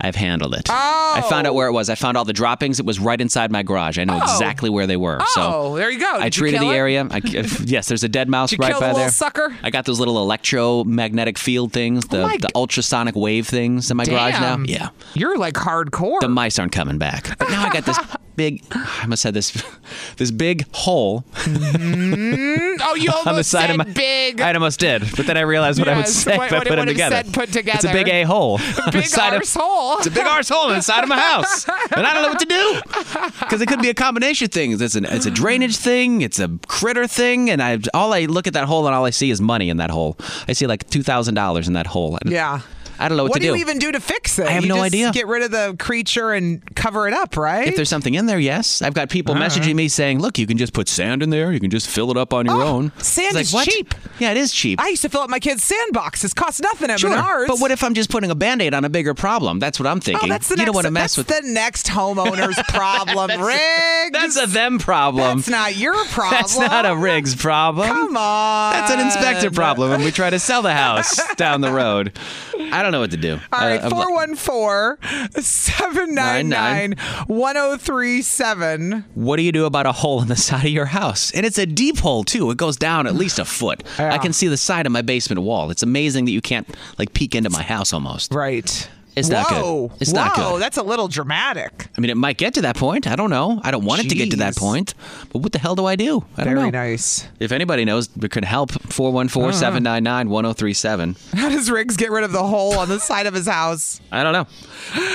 [SPEAKER 3] I've handled it. I found
[SPEAKER 2] Oh.
[SPEAKER 3] out where it was. I found all the droppings. It was right inside my garage. I know exactly where they were.
[SPEAKER 2] Oh,
[SPEAKER 3] so
[SPEAKER 2] there you go.
[SPEAKER 3] I
[SPEAKER 2] Did you
[SPEAKER 3] treated
[SPEAKER 2] kill
[SPEAKER 3] the
[SPEAKER 2] it?
[SPEAKER 3] area. I, yes, there's a dead mouse
[SPEAKER 2] Did you
[SPEAKER 3] right
[SPEAKER 2] kill the
[SPEAKER 3] by
[SPEAKER 2] little
[SPEAKER 3] there.
[SPEAKER 2] sucker? Oh
[SPEAKER 3] I got those little electromagnetic field things, the,
[SPEAKER 2] my
[SPEAKER 3] the
[SPEAKER 2] g-
[SPEAKER 3] ultrasonic wave things in my garage now.
[SPEAKER 2] Damn.
[SPEAKER 3] Yeah
[SPEAKER 2] You're like hardcore.
[SPEAKER 3] the mice aren't coming back. But now I got this big. I must have this this big hole
[SPEAKER 2] oh, you
[SPEAKER 3] on the
[SPEAKER 2] almost
[SPEAKER 3] side
[SPEAKER 2] said
[SPEAKER 3] of my
[SPEAKER 2] big.
[SPEAKER 3] I almost did, but then I realized what I would
[SPEAKER 2] Yes,
[SPEAKER 3] say
[SPEAKER 2] what-
[SPEAKER 3] if I
[SPEAKER 2] what it
[SPEAKER 3] put them
[SPEAKER 2] would have
[SPEAKER 3] together.
[SPEAKER 2] said put
[SPEAKER 3] It's a big
[SPEAKER 2] together.
[SPEAKER 3] a hole.
[SPEAKER 2] Big arsehole.
[SPEAKER 3] It's a big arse hole inside of my house, and I don't know what to do because it could be a combination of things. It's an it's a drainage thing. It's a critter thing, and I all I look at that hole and all I see is money in that hole. I see like two thousand dollars in that hole. And
[SPEAKER 2] yeah.
[SPEAKER 3] I don't know what,
[SPEAKER 2] What
[SPEAKER 3] to
[SPEAKER 2] do
[SPEAKER 3] do.
[SPEAKER 2] you even do to fix it?
[SPEAKER 3] I have
[SPEAKER 2] You
[SPEAKER 3] no
[SPEAKER 2] just
[SPEAKER 3] idea.
[SPEAKER 2] Get rid of the creature and cover it up, right?
[SPEAKER 3] If there's something in there, yes. I've got people messaging me saying, "Look, you can just put sand in there. You can just fill it up on your own."
[SPEAKER 2] Oh, sand
[SPEAKER 3] It's like,
[SPEAKER 2] is
[SPEAKER 3] what?
[SPEAKER 2] cheap.
[SPEAKER 3] Yeah, it is cheap.
[SPEAKER 2] I used to fill up my kids' sandboxes. Cost nothing at Menards.
[SPEAKER 3] But what if I'm just putting a band-aid on a bigger problem? That's what I'm
[SPEAKER 2] Oh,
[SPEAKER 3] thinking.
[SPEAKER 2] that's the
[SPEAKER 3] you don't
[SPEAKER 2] next.
[SPEAKER 3] want to mess
[SPEAKER 2] that's
[SPEAKER 3] with
[SPEAKER 2] the next homeowner's problem, Riggs.
[SPEAKER 3] That's a them problem.
[SPEAKER 2] That's not your problem.
[SPEAKER 3] That's not a Riggs problem.
[SPEAKER 2] Come on.
[SPEAKER 3] That's an inspector problem, and we try to sell the house down the road. I don't know what to do.
[SPEAKER 2] All right,
[SPEAKER 3] I- Uh, I'm like-
[SPEAKER 2] 414 799 1037.
[SPEAKER 3] what do you do about a hole in the side of your house? And it's a deep hole too. It goes down at least a foot. I can see the side of my basement wall. It's amazing that you can't like peek into my house almost.
[SPEAKER 2] Right.
[SPEAKER 3] It's not good.
[SPEAKER 2] Whoa.
[SPEAKER 3] It's not
[SPEAKER 2] Whoa,
[SPEAKER 3] good.
[SPEAKER 2] that's a little dramatic.
[SPEAKER 3] I mean, it might get to that point. I don't know. I don't want it to get to that
[SPEAKER 2] Jeez.
[SPEAKER 3] point. But what the hell do I do? I don't
[SPEAKER 2] Very
[SPEAKER 3] know.
[SPEAKER 2] nice.
[SPEAKER 3] If anybody knows, it could help. 414-799-1037.
[SPEAKER 2] How does Riggs get rid of the hole on the side of his house?
[SPEAKER 3] I don't know.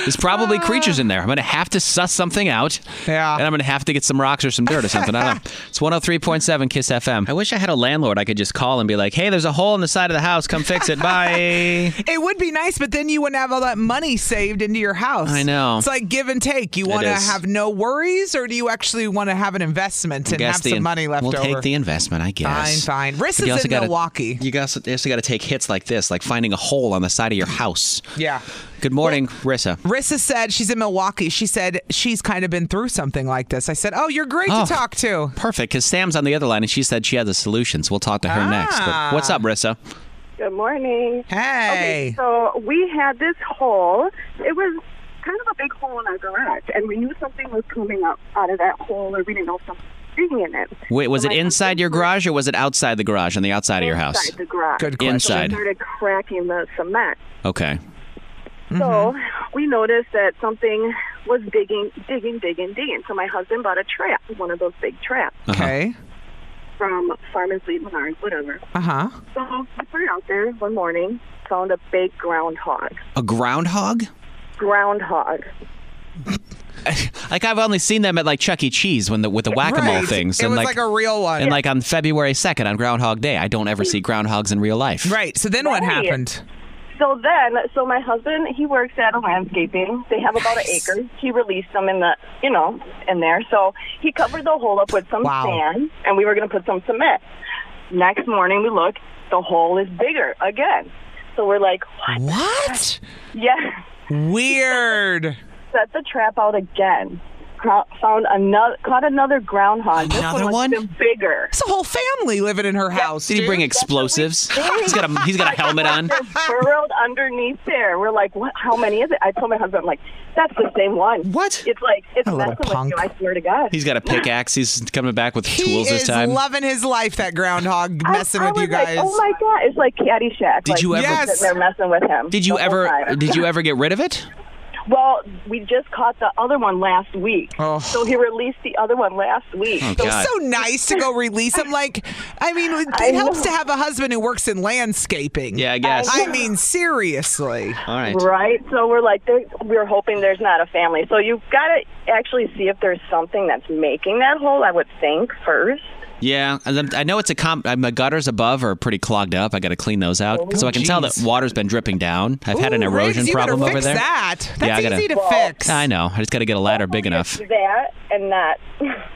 [SPEAKER 3] There's probably creatures in there. I'm going to have to suss something out.
[SPEAKER 2] Ah. Yeah.
[SPEAKER 3] And I'm going to have to get some rocks or some dirt or something. I don't know. It's 103.7 Kiss FM. I wish I had a landlord I could just call and be like, hey, there's a hole in the side of the house. Come fix it. Bye.
[SPEAKER 2] It would be nice, but then you wouldn't have all that money saved into your house.
[SPEAKER 3] I know.
[SPEAKER 2] It's like give and take. You want to
[SPEAKER 3] is.
[SPEAKER 2] have no worries, or do you actually want to have an investment and have
[SPEAKER 3] Guess the
[SPEAKER 2] some
[SPEAKER 3] in-
[SPEAKER 2] money left
[SPEAKER 3] we'll
[SPEAKER 2] over?
[SPEAKER 3] take the investment, I guess.
[SPEAKER 2] Fine, fine. Riss
[SPEAKER 3] But
[SPEAKER 2] is
[SPEAKER 3] you also
[SPEAKER 2] in
[SPEAKER 3] gotta-
[SPEAKER 2] Milwaukee.
[SPEAKER 3] You guys also got to take hits like this, like finding a hole on the side of your house.
[SPEAKER 2] Yeah.
[SPEAKER 3] Good morning, Rissa.
[SPEAKER 2] Rissa said she's in Milwaukee. She said she's kind of been through something like this. I said, "Oh, you're great
[SPEAKER 3] Oh.
[SPEAKER 2] to talk to."
[SPEAKER 3] Perfect, because Sam's on the other line and she said she had the solutions. We'll talk to her next.
[SPEAKER 5] Ah.
[SPEAKER 3] But what's up, Rissa?
[SPEAKER 5] Good morning. Okay,
[SPEAKER 2] Hey.
[SPEAKER 5] so we had this hole. It was kind of a big hole in our garage, and we knew something was coming up out of that hole, or we didn't know something was in it.
[SPEAKER 3] Wait, was
[SPEAKER 5] So
[SPEAKER 3] it
[SPEAKER 5] my
[SPEAKER 3] inside your
[SPEAKER 5] husband-
[SPEAKER 3] garage or was it outside the garage on the outside of your house?
[SPEAKER 5] Inside the garage.
[SPEAKER 2] Good question.
[SPEAKER 5] So we
[SPEAKER 3] Inside.
[SPEAKER 5] started cracking the cement.
[SPEAKER 3] Okay.
[SPEAKER 5] So we noticed that something was digging, digging, digging, digging. So my husband bought a trap, one of those big traps
[SPEAKER 3] Uh-huh.
[SPEAKER 2] Okay.
[SPEAKER 5] from Farm and Fleet Menards, whatever.
[SPEAKER 2] Uh huh.
[SPEAKER 5] So we put it out there one morning, found a big groundhog.
[SPEAKER 3] A groundhog?
[SPEAKER 5] Groundhog.
[SPEAKER 3] Like I've only seen them at like Chuck E. Cheese when the with the whack a mole
[SPEAKER 2] Right.
[SPEAKER 3] things.
[SPEAKER 2] It was like a real one.
[SPEAKER 3] And like on February second on Groundhog Day. I don't ever see groundhogs in real life.
[SPEAKER 2] Right. So then what
[SPEAKER 5] Right.
[SPEAKER 2] happened?
[SPEAKER 5] So then, so my husband, he works at a landscaping. They have about an acre. He released them in the, you know, in there. So he covered the hole up with some
[SPEAKER 2] Wow.
[SPEAKER 5] sand, and we were going to put some cement. Next morning, we look, the hole is bigger again. So we're like, what?
[SPEAKER 2] What?
[SPEAKER 5] Yeah.
[SPEAKER 2] Weird.
[SPEAKER 5] set the trap out again. Cro- Found another, caught another groundhog.
[SPEAKER 3] Another
[SPEAKER 5] this
[SPEAKER 3] one?
[SPEAKER 5] one? was even bigger.
[SPEAKER 2] It's a whole family living in her house.
[SPEAKER 3] Did he
[SPEAKER 2] dude.
[SPEAKER 3] bring explosives? he's got a he's got a helmet on.
[SPEAKER 5] They're burrowed underneath there. We're like, what? How many is it? I told my husband, I'm like, that's the same one.
[SPEAKER 2] What?
[SPEAKER 5] It's like it's
[SPEAKER 2] A little
[SPEAKER 5] messing with you.
[SPEAKER 2] punk.
[SPEAKER 5] I swear to God.
[SPEAKER 3] He's got a pickaxe. He's coming back with
[SPEAKER 2] He
[SPEAKER 3] tools
[SPEAKER 2] is
[SPEAKER 3] this time.
[SPEAKER 2] loving his life. That groundhog
[SPEAKER 5] I-
[SPEAKER 2] messing
[SPEAKER 5] I,
[SPEAKER 2] with you
[SPEAKER 5] was like,
[SPEAKER 2] guys.
[SPEAKER 5] oh my God, it's like Caddyshack.
[SPEAKER 3] Did
[SPEAKER 5] like,
[SPEAKER 3] you ever-
[SPEAKER 5] Yes. They're messing with him.
[SPEAKER 3] Did you
[SPEAKER 5] the whole
[SPEAKER 3] ever
[SPEAKER 5] time.
[SPEAKER 3] did you ever get rid of it?
[SPEAKER 5] Well, we just caught the other one last week.
[SPEAKER 2] Oh.
[SPEAKER 5] So he released the other one last week.
[SPEAKER 3] Oh,
[SPEAKER 5] so
[SPEAKER 3] God.
[SPEAKER 2] so nice to go release him. Like, I mean, it
[SPEAKER 5] I
[SPEAKER 2] helps
[SPEAKER 5] know.
[SPEAKER 2] to have a husband who works in landscaping.
[SPEAKER 3] Yeah, I guess.
[SPEAKER 2] I mean, seriously.
[SPEAKER 3] All right.
[SPEAKER 5] Right. So we're like, there- we're hoping there's not a family. So you've got to actually see if there's something that's making that hole, I would think, first.
[SPEAKER 3] Yeah, and then I know it's a com- uh, my gutters above are pretty clogged up. I got to clean those out, so I can tell that
[SPEAKER 2] geez.
[SPEAKER 3] water's been dripping down. I've had an
[SPEAKER 2] Ooh,
[SPEAKER 3] erosion
[SPEAKER 2] Riggs, you better
[SPEAKER 3] problem over
[SPEAKER 2] fix
[SPEAKER 3] there.
[SPEAKER 2] That. That's
[SPEAKER 3] Yeah, I gotta-
[SPEAKER 2] easy to
[SPEAKER 5] Well,
[SPEAKER 2] fix.
[SPEAKER 3] I know. I just got to get a ladder big enough.
[SPEAKER 5] It's That and not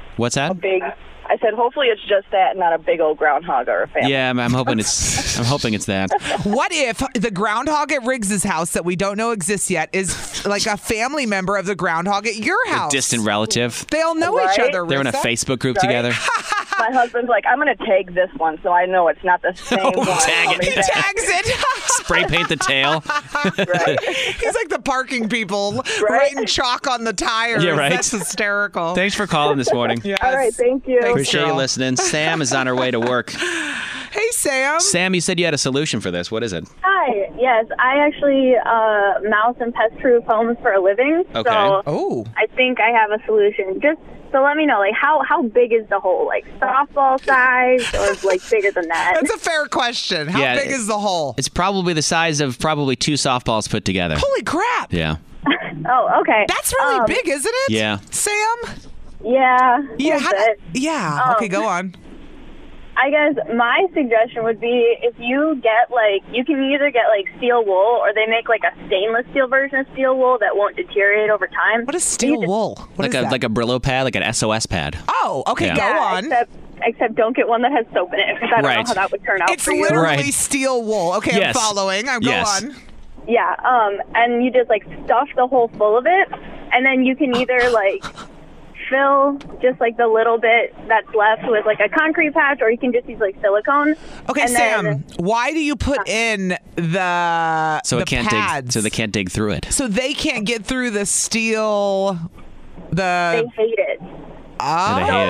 [SPEAKER 3] What's that?
[SPEAKER 5] big. I said, hopefully it's just that and not a big old groundhog or a family.
[SPEAKER 3] Yeah, I'm, I'm hoping it's I'm hoping it's that.
[SPEAKER 2] What if the groundhog at Riggs's house that we don't know exists yet is like a family member of the groundhog at your house?
[SPEAKER 3] Distant relative.
[SPEAKER 2] They all know each
[SPEAKER 5] Right?
[SPEAKER 2] other.
[SPEAKER 3] They're in a
[SPEAKER 2] Rizza.
[SPEAKER 3] Facebook group together.
[SPEAKER 5] My husband's like, I'm going to tag this one so I know it's not the same one.
[SPEAKER 3] Oh, tag it.
[SPEAKER 5] coming back."
[SPEAKER 2] Tags it.
[SPEAKER 3] Spray paint the tail.
[SPEAKER 2] He's like the parking people writing chalk on the tires.
[SPEAKER 3] Yeah, right.
[SPEAKER 2] That's hysterical.
[SPEAKER 3] Thanks for calling this morning.
[SPEAKER 2] Yes.
[SPEAKER 5] All right. Thank you.
[SPEAKER 2] Thanks,
[SPEAKER 3] Appreciate you
[SPEAKER 2] girl.
[SPEAKER 3] listening. Sam is on her way to work.
[SPEAKER 2] Hey, Sam.
[SPEAKER 3] Sam, you said you had a solution for this. What is it?
[SPEAKER 6] Hi. Yes, I actually uh, mouse and pest proof homes for a living.
[SPEAKER 3] Okay.
[SPEAKER 6] So
[SPEAKER 2] Oh.
[SPEAKER 6] I think I have a solution. Just so let me know, like how how big is the hole? Like softball size, or like bigger than that?
[SPEAKER 2] That's a fair question. How
[SPEAKER 3] Yeah,
[SPEAKER 2] big
[SPEAKER 3] it-
[SPEAKER 2] is the hole?
[SPEAKER 3] It's probably the size of probably two softballs put together.
[SPEAKER 2] Holy crap.
[SPEAKER 3] Yeah.
[SPEAKER 6] oh, okay.
[SPEAKER 2] That's really
[SPEAKER 6] Um,
[SPEAKER 2] big, isn't it?
[SPEAKER 3] Yeah.
[SPEAKER 2] Sam?
[SPEAKER 6] Yeah. a
[SPEAKER 2] Yeah.
[SPEAKER 6] little
[SPEAKER 2] how-
[SPEAKER 6] bit.
[SPEAKER 2] yeah.
[SPEAKER 6] Um,
[SPEAKER 2] okay, go on.
[SPEAKER 6] I guess my suggestion would be if you get like you can either get like steel wool or they make like a stainless steel version of steel wool that won't deteriorate over time.
[SPEAKER 2] What is steel wool? What
[SPEAKER 3] like
[SPEAKER 2] is
[SPEAKER 3] a
[SPEAKER 2] that?
[SPEAKER 3] like a Brillo pad, like an SOS pad.
[SPEAKER 2] oh, okay,
[SPEAKER 3] Yeah.
[SPEAKER 2] go
[SPEAKER 6] Yeah,
[SPEAKER 2] on.
[SPEAKER 6] Except, except don't get one that has soap in it because I don't
[SPEAKER 3] Right.
[SPEAKER 6] know how that would turn out
[SPEAKER 2] It's
[SPEAKER 6] for you.
[SPEAKER 2] literally
[SPEAKER 3] Right.
[SPEAKER 2] steel wool. Okay,
[SPEAKER 3] Yes.
[SPEAKER 2] I'm following. I'm go
[SPEAKER 3] Yes.
[SPEAKER 2] on.
[SPEAKER 6] Yeah, um, and you just like stuff the hole full of it, and then you can either like fill just like the little bit that's left with like a concrete patch, or you can just use like silicone.
[SPEAKER 2] Okay,
[SPEAKER 6] and
[SPEAKER 2] Sam,
[SPEAKER 6] Then,
[SPEAKER 2] why do you put in the
[SPEAKER 3] So
[SPEAKER 2] the
[SPEAKER 3] it can't dig.
[SPEAKER 2] pads?
[SPEAKER 3] So they can't dig through it.
[SPEAKER 2] So they can't get through the steel. The
[SPEAKER 6] they hate it.
[SPEAKER 3] they hate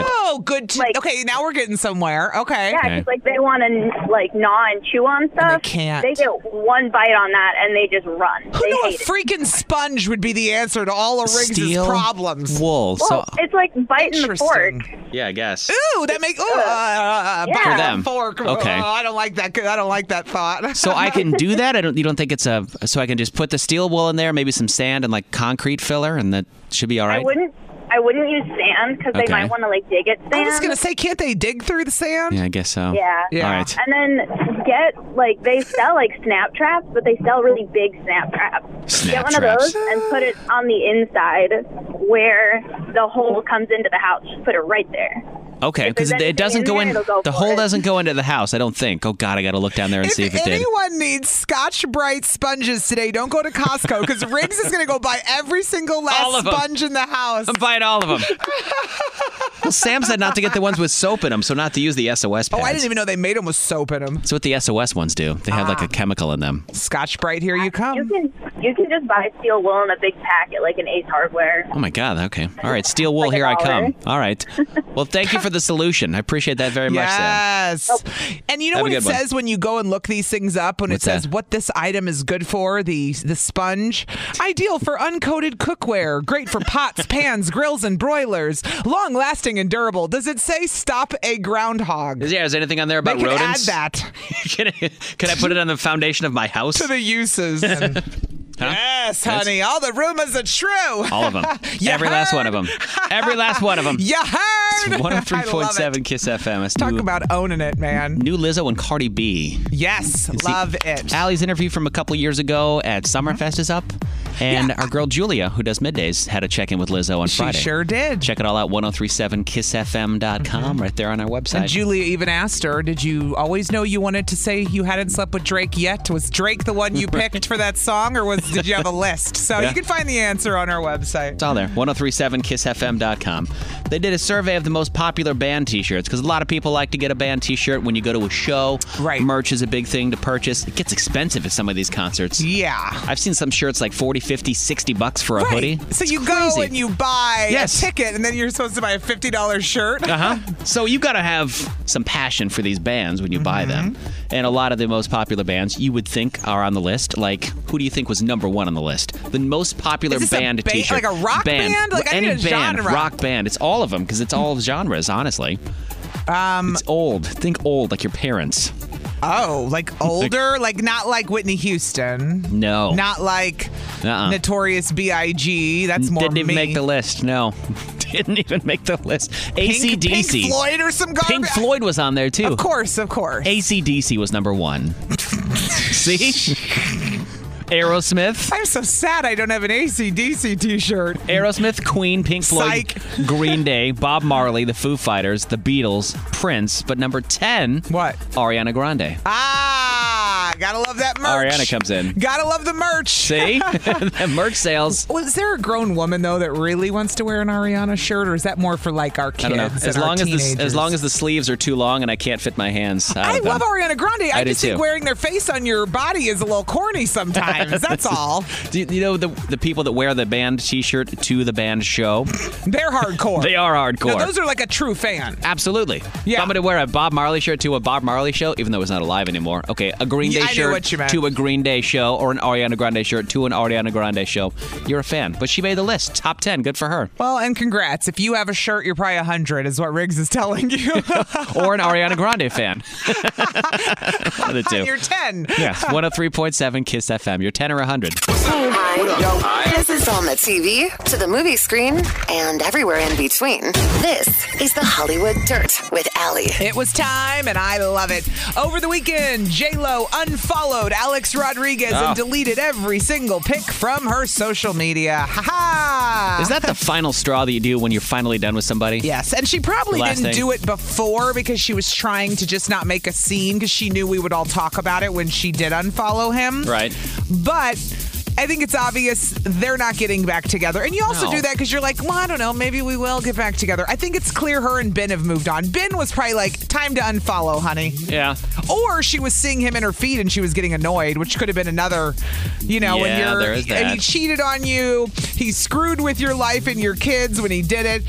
[SPEAKER 3] it.
[SPEAKER 2] oh, good. to-
[SPEAKER 6] Like-
[SPEAKER 2] okay, now we're getting somewhere. Okay.
[SPEAKER 6] Yeah, 'cause,
[SPEAKER 3] Okay.
[SPEAKER 6] like they want to like gnaw and chew on stuff.
[SPEAKER 2] can't.
[SPEAKER 6] They get one bite on that and they just run.
[SPEAKER 2] Who
[SPEAKER 6] they
[SPEAKER 2] knew a
[SPEAKER 6] hate it.
[SPEAKER 2] freaking sponge would be the answer to all of Riggs'
[SPEAKER 3] Steel
[SPEAKER 2] problems?
[SPEAKER 3] wool.
[SPEAKER 6] Well,
[SPEAKER 3] so
[SPEAKER 6] it's like biting the fork.
[SPEAKER 2] Interesting.
[SPEAKER 3] yeah, I guess.
[SPEAKER 2] Ooh, that makes ooh, uh, uh,
[SPEAKER 6] Yeah. For
[SPEAKER 2] butter
[SPEAKER 3] them.
[SPEAKER 2] fork.
[SPEAKER 3] Okay.
[SPEAKER 2] Oh, I don't like that. I don't like that thought.
[SPEAKER 3] So I can do that. I don't. You don't think it's a? So I can just put the steel wool in there, maybe some sand and like concrete filler, and that should be all
[SPEAKER 6] I
[SPEAKER 3] right.
[SPEAKER 6] wouldn't. I wouldn't use sand because
[SPEAKER 3] Okay.
[SPEAKER 6] they might want to like dig at sand.
[SPEAKER 2] I'm just gonna say, can't they dig through the sand?
[SPEAKER 3] Yeah, I guess so.
[SPEAKER 6] Yeah.
[SPEAKER 2] Yeah.
[SPEAKER 3] All right.
[SPEAKER 6] And then get like they sell like snap traps, but they sell really big snap traps.
[SPEAKER 3] Snap
[SPEAKER 6] get one
[SPEAKER 3] traps.
[SPEAKER 6] of those and put it on the inside where the hole comes into the house. Just put it right there.
[SPEAKER 3] Okay,
[SPEAKER 6] If there's
[SPEAKER 3] because it, it
[SPEAKER 6] anything
[SPEAKER 3] doesn't
[SPEAKER 6] in
[SPEAKER 3] go
[SPEAKER 6] there,
[SPEAKER 3] in.
[SPEAKER 6] it'll go
[SPEAKER 3] the
[SPEAKER 6] for
[SPEAKER 3] hole
[SPEAKER 6] it.
[SPEAKER 3] doesn't go into the house. I don't think. Oh God, I got to look down there and
[SPEAKER 2] If
[SPEAKER 3] see if it did.
[SPEAKER 2] anyone needs Scotch Brite sponges today, don't go to Costco because Riggs is gonna go buy every single
[SPEAKER 3] All
[SPEAKER 2] last
[SPEAKER 3] of 'em.
[SPEAKER 2] sponge in the house.
[SPEAKER 3] I'm buying all of them. well, Sam said not to get the ones with soap in them, so not to use the SOS pads.
[SPEAKER 2] Oh, I didn't even know they made them with soap in them.
[SPEAKER 3] That's what the SOS ones do. They have like
[SPEAKER 6] Ah.
[SPEAKER 3] a chemical in them.
[SPEAKER 2] Scotch Brite, here you
[SPEAKER 6] You
[SPEAKER 2] come.
[SPEAKER 6] can you can just buy steel wool in a big packet like an Ace Hardware.
[SPEAKER 3] Oh my God. Okay. All right. Steel wool.
[SPEAKER 6] Like a
[SPEAKER 3] here I
[SPEAKER 6] dollar.
[SPEAKER 3] come. All right. Well, thank you for the solution. I appreciate that very much, Sam.
[SPEAKER 2] Yes. And you know
[SPEAKER 3] Have a
[SPEAKER 2] what it
[SPEAKER 3] good one.
[SPEAKER 2] says when you go and look these things up when
[SPEAKER 3] What's
[SPEAKER 2] it says
[SPEAKER 3] that?
[SPEAKER 2] what this item is good for, the the sponge. Ideal for uncoated cookware, great for pots, pans, grills and broilers, long lasting and durable. Does it say stop a groundhog?
[SPEAKER 3] Is, yeah, is there anything on there
[SPEAKER 2] They
[SPEAKER 3] about
[SPEAKER 2] could add
[SPEAKER 3] rodents?
[SPEAKER 2] that
[SPEAKER 3] can, I, can I put it on the foundation of my house?
[SPEAKER 2] to the uses. Yes, honey. All the rumors are true.
[SPEAKER 3] All of them.
[SPEAKER 2] You
[SPEAKER 3] Every last one of them. Every last one of them.
[SPEAKER 2] You heard.
[SPEAKER 3] One hundred three
[SPEAKER 2] I
[SPEAKER 3] point
[SPEAKER 2] love it.
[SPEAKER 3] seven Kiss FM. Let's
[SPEAKER 2] Talk about owning it, man.
[SPEAKER 3] New Lizzo and Cardi B.
[SPEAKER 2] Yes, love it.
[SPEAKER 3] Allie's interview from a couple years ago at Summerfest is up. And our girl Julia, who does middays, had a check in with Lizzo on
[SPEAKER 2] She
[SPEAKER 3] Friday.
[SPEAKER 2] sure did.
[SPEAKER 3] Check it all out 1037kissfm.com right there on our website.
[SPEAKER 2] Mm-hmm. And Julia even asked her, "Did you always know you wanted to say you hadn't slept with Drake yet? Was Drake the one you picked for that song, or was did you have a list?" So
[SPEAKER 3] Yeah.
[SPEAKER 2] you can find the answer on our website.
[SPEAKER 3] It's all there. 1037kissfm.com. They did a survey of the most popular band t shirts because a lot of people like to get a band t shirt when you go to a show. Right. Merch is a big thing to purchase. It gets expensive at some of these concerts.
[SPEAKER 2] Yeah.
[SPEAKER 3] I've seen some shirts like 40, 50, 60 bucks for a hoodie.
[SPEAKER 2] So you go and you buy
[SPEAKER 3] Yes.
[SPEAKER 2] a ticket, and then you're supposed to buy a fifty dollars shirt.
[SPEAKER 3] Uh huh. So you got to have some passion for these bands when you
[SPEAKER 2] Mm-hmm.
[SPEAKER 3] buy them. And a lot of the most popular bands you would think are on the list. Like, who do you think was number one on the list? The most popular
[SPEAKER 2] Is this a
[SPEAKER 3] band
[SPEAKER 2] ba-
[SPEAKER 3] T-shirt,
[SPEAKER 2] like a rock band? Like, I
[SPEAKER 3] any
[SPEAKER 2] need a
[SPEAKER 3] band,
[SPEAKER 2] genre.
[SPEAKER 3] rock band. It's all of them because it's all genres. Honestly,
[SPEAKER 2] um,
[SPEAKER 3] it's old. Think old, like your parents.
[SPEAKER 2] Oh, like older, like not like Whitney Houston.
[SPEAKER 3] No.
[SPEAKER 2] Not like
[SPEAKER 3] Uh-uh.
[SPEAKER 2] Notorious B.I.G. That's more
[SPEAKER 3] Didn't even
[SPEAKER 2] me.
[SPEAKER 3] make the list. No, didn't even make the list.
[SPEAKER 2] Pink, Pink
[SPEAKER 3] ACDC.
[SPEAKER 2] Floyd or some garbage.
[SPEAKER 3] Pink Floyd was on there too.
[SPEAKER 2] Of course, of course.
[SPEAKER 3] ACDC was number one. See? Aerosmith.
[SPEAKER 2] I'm so sad I don't have an ACDC t-shirt.
[SPEAKER 3] Aerosmith, Queen, Pink Floyd,
[SPEAKER 2] Psych.
[SPEAKER 3] Green Day, Bob Marley, the Foo Fighters, the Beatles, Prince, but number 10,
[SPEAKER 2] what?
[SPEAKER 3] Ariana Grande.
[SPEAKER 2] Ah, gotta love that merch.
[SPEAKER 3] Ariana comes in.
[SPEAKER 2] Gotta love the merch.
[SPEAKER 3] See? The merch sales.
[SPEAKER 2] Was there a grown woman though that really wants to wear an Ariana shirt, or is that more for like our kids?
[SPEAKER 3] I don't know.
[SPEAKER 2] and
[SPEAKER 3] As
[SPEAKER 2] our
[SPEAKER 3] long as
[SPEAKER 2] teenagers?
[SPEAKER 3] the, as long as the sleeves are too long and I can't fit my hands. out
[SPEAKER 2] I
[SPEAKER 3] of them.
[SPEAKER 2] love Ariana Grande. I,
[SPEAKER 3] I do
[SPEAKER 2] just think
[SPEAKER 3] too.
[SPEAKER 2] wearing their face on your body is a little corny sometimes. That's all.
[SPEAKER 3] Do you, you know the the people that wear the band T-shirt to the band show?
[SPEAKER 2] They're hardcore.
[SPEAKER 3] they are
[SPEAKER 2] No,
[SPEAKER 3] hardcore.
[SPEAKER 2] those are like a true fan.
[SPEAKER 3] Absolutely. Yeah. If I'm going to wear a Bob Marley shirt to a Bob Marley show, even though he's not alive anymore. Okay, a Green Day
[SPEAKER 2] Yeah, I knew
[SPEAKER 3] shirt
[SPEAKER 2] what you meant.
[SPEAKER 3] to a Green Day show or an Ariana Grande shirt to an Ariana Grande show. You're a fan. But she made the list. Top 10. Good for her.
[SPEAKER 2] Well, and congrats. If you have a shirt, you're probably 100, is what Riggs is telling you.
[SPEAKER 3] Or an Ariana Grande fan. the two.
[SPEAKER 2] You're 10.
[SPEAKER 3] Yes, 103.7 Kiss FM. You're 10 or 100.
[SPEAKER 1] Hi. This is on the TV, to the movie screen, and everywhere in between. This is the Hollywood Dirt with Allie.
[SPEAKER 2] It was time, and I love it. Over the weekend, J Lo unfollowed Alex Rodriguez
[SPEAKER 3] Oh.
[SPEAKER 2] and deleted every single pic from her social media. Ha ha!
[SPEAKER 3] Is that the final straw that you do when you're finally done with somebody?
[SPEAKER 2] Yes, and she probably
[SPEAKER 3] The last
[SPEAKER 2] didn't
[SPEAKER 3] thing.
[SPEAKER 2] do it before because she was trying to just not make a scene because she knew we would all talk about it when she did unfollow him.
[SPEAKER 3] Right.
[SPEAKER 2] But I think it's obvious they're not getting back together. And you also
[SPEAKER 3] No.
[SPEAKER 2] do that because you're like, well, I don't know, maybe we will get back together. I think it's clear her and Ben have moved on. Ben was probably like, time to unfollow, honey.
[SPEAKER 3] Yeah.
[SPEAKER 2] Or she was seeing him in her feed and she was getting annoyed, which could have been another, you know, when
[SPEAKER 3] Yeah,
[SPEAKER 2] you're
[SPEAKER 3] there is
[SPEAKER 2] and he
[SPEAKER 3] that.
[SPEAKER 2] cheated on you, he screwed with your life and your kids when he did it.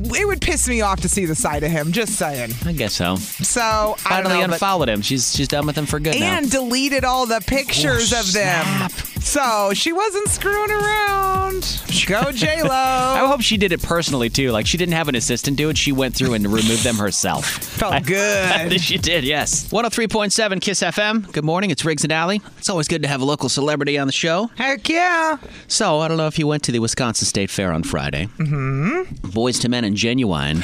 [SPEAKER 2] It would piss me off to see the side of him, just saying.
[SPEAKER 3] I guess so.
[SPEAKER 2] So
[SPEAKER 3] Finally
[SPEAKER 2] I don't know, but-
[SPEAKER 3] unfollowed him. She's she's done with him for good now.
[SPEAKER 2] and deleted all the pictures
[SPEAKER 3] Oh,
[SPEAKER 2] of them. So she wasn't screwing around. Go J
[SPEAKER 3] I
[SPEAKER 2] Lo.
[SPEAKER 3] hope she did it personally too. Like she didn't have an assistant do it. She went through and removed them herself.
[SPEAKER 2] Felt good.
[SPEAKER 3] she did, yes. 103.7 Kiss FM. Good morning. It's Riggs and Alley. It's always good to have a local celebrity on the show.
[SPEAKER 2] Heck yeah.
[SPEAKER 3] So I don't know if you went to the Wisconsin State Fair on Friday.
[SPEAKER 2] hmm
[SPEAKER 3] Boys to Men and Genuine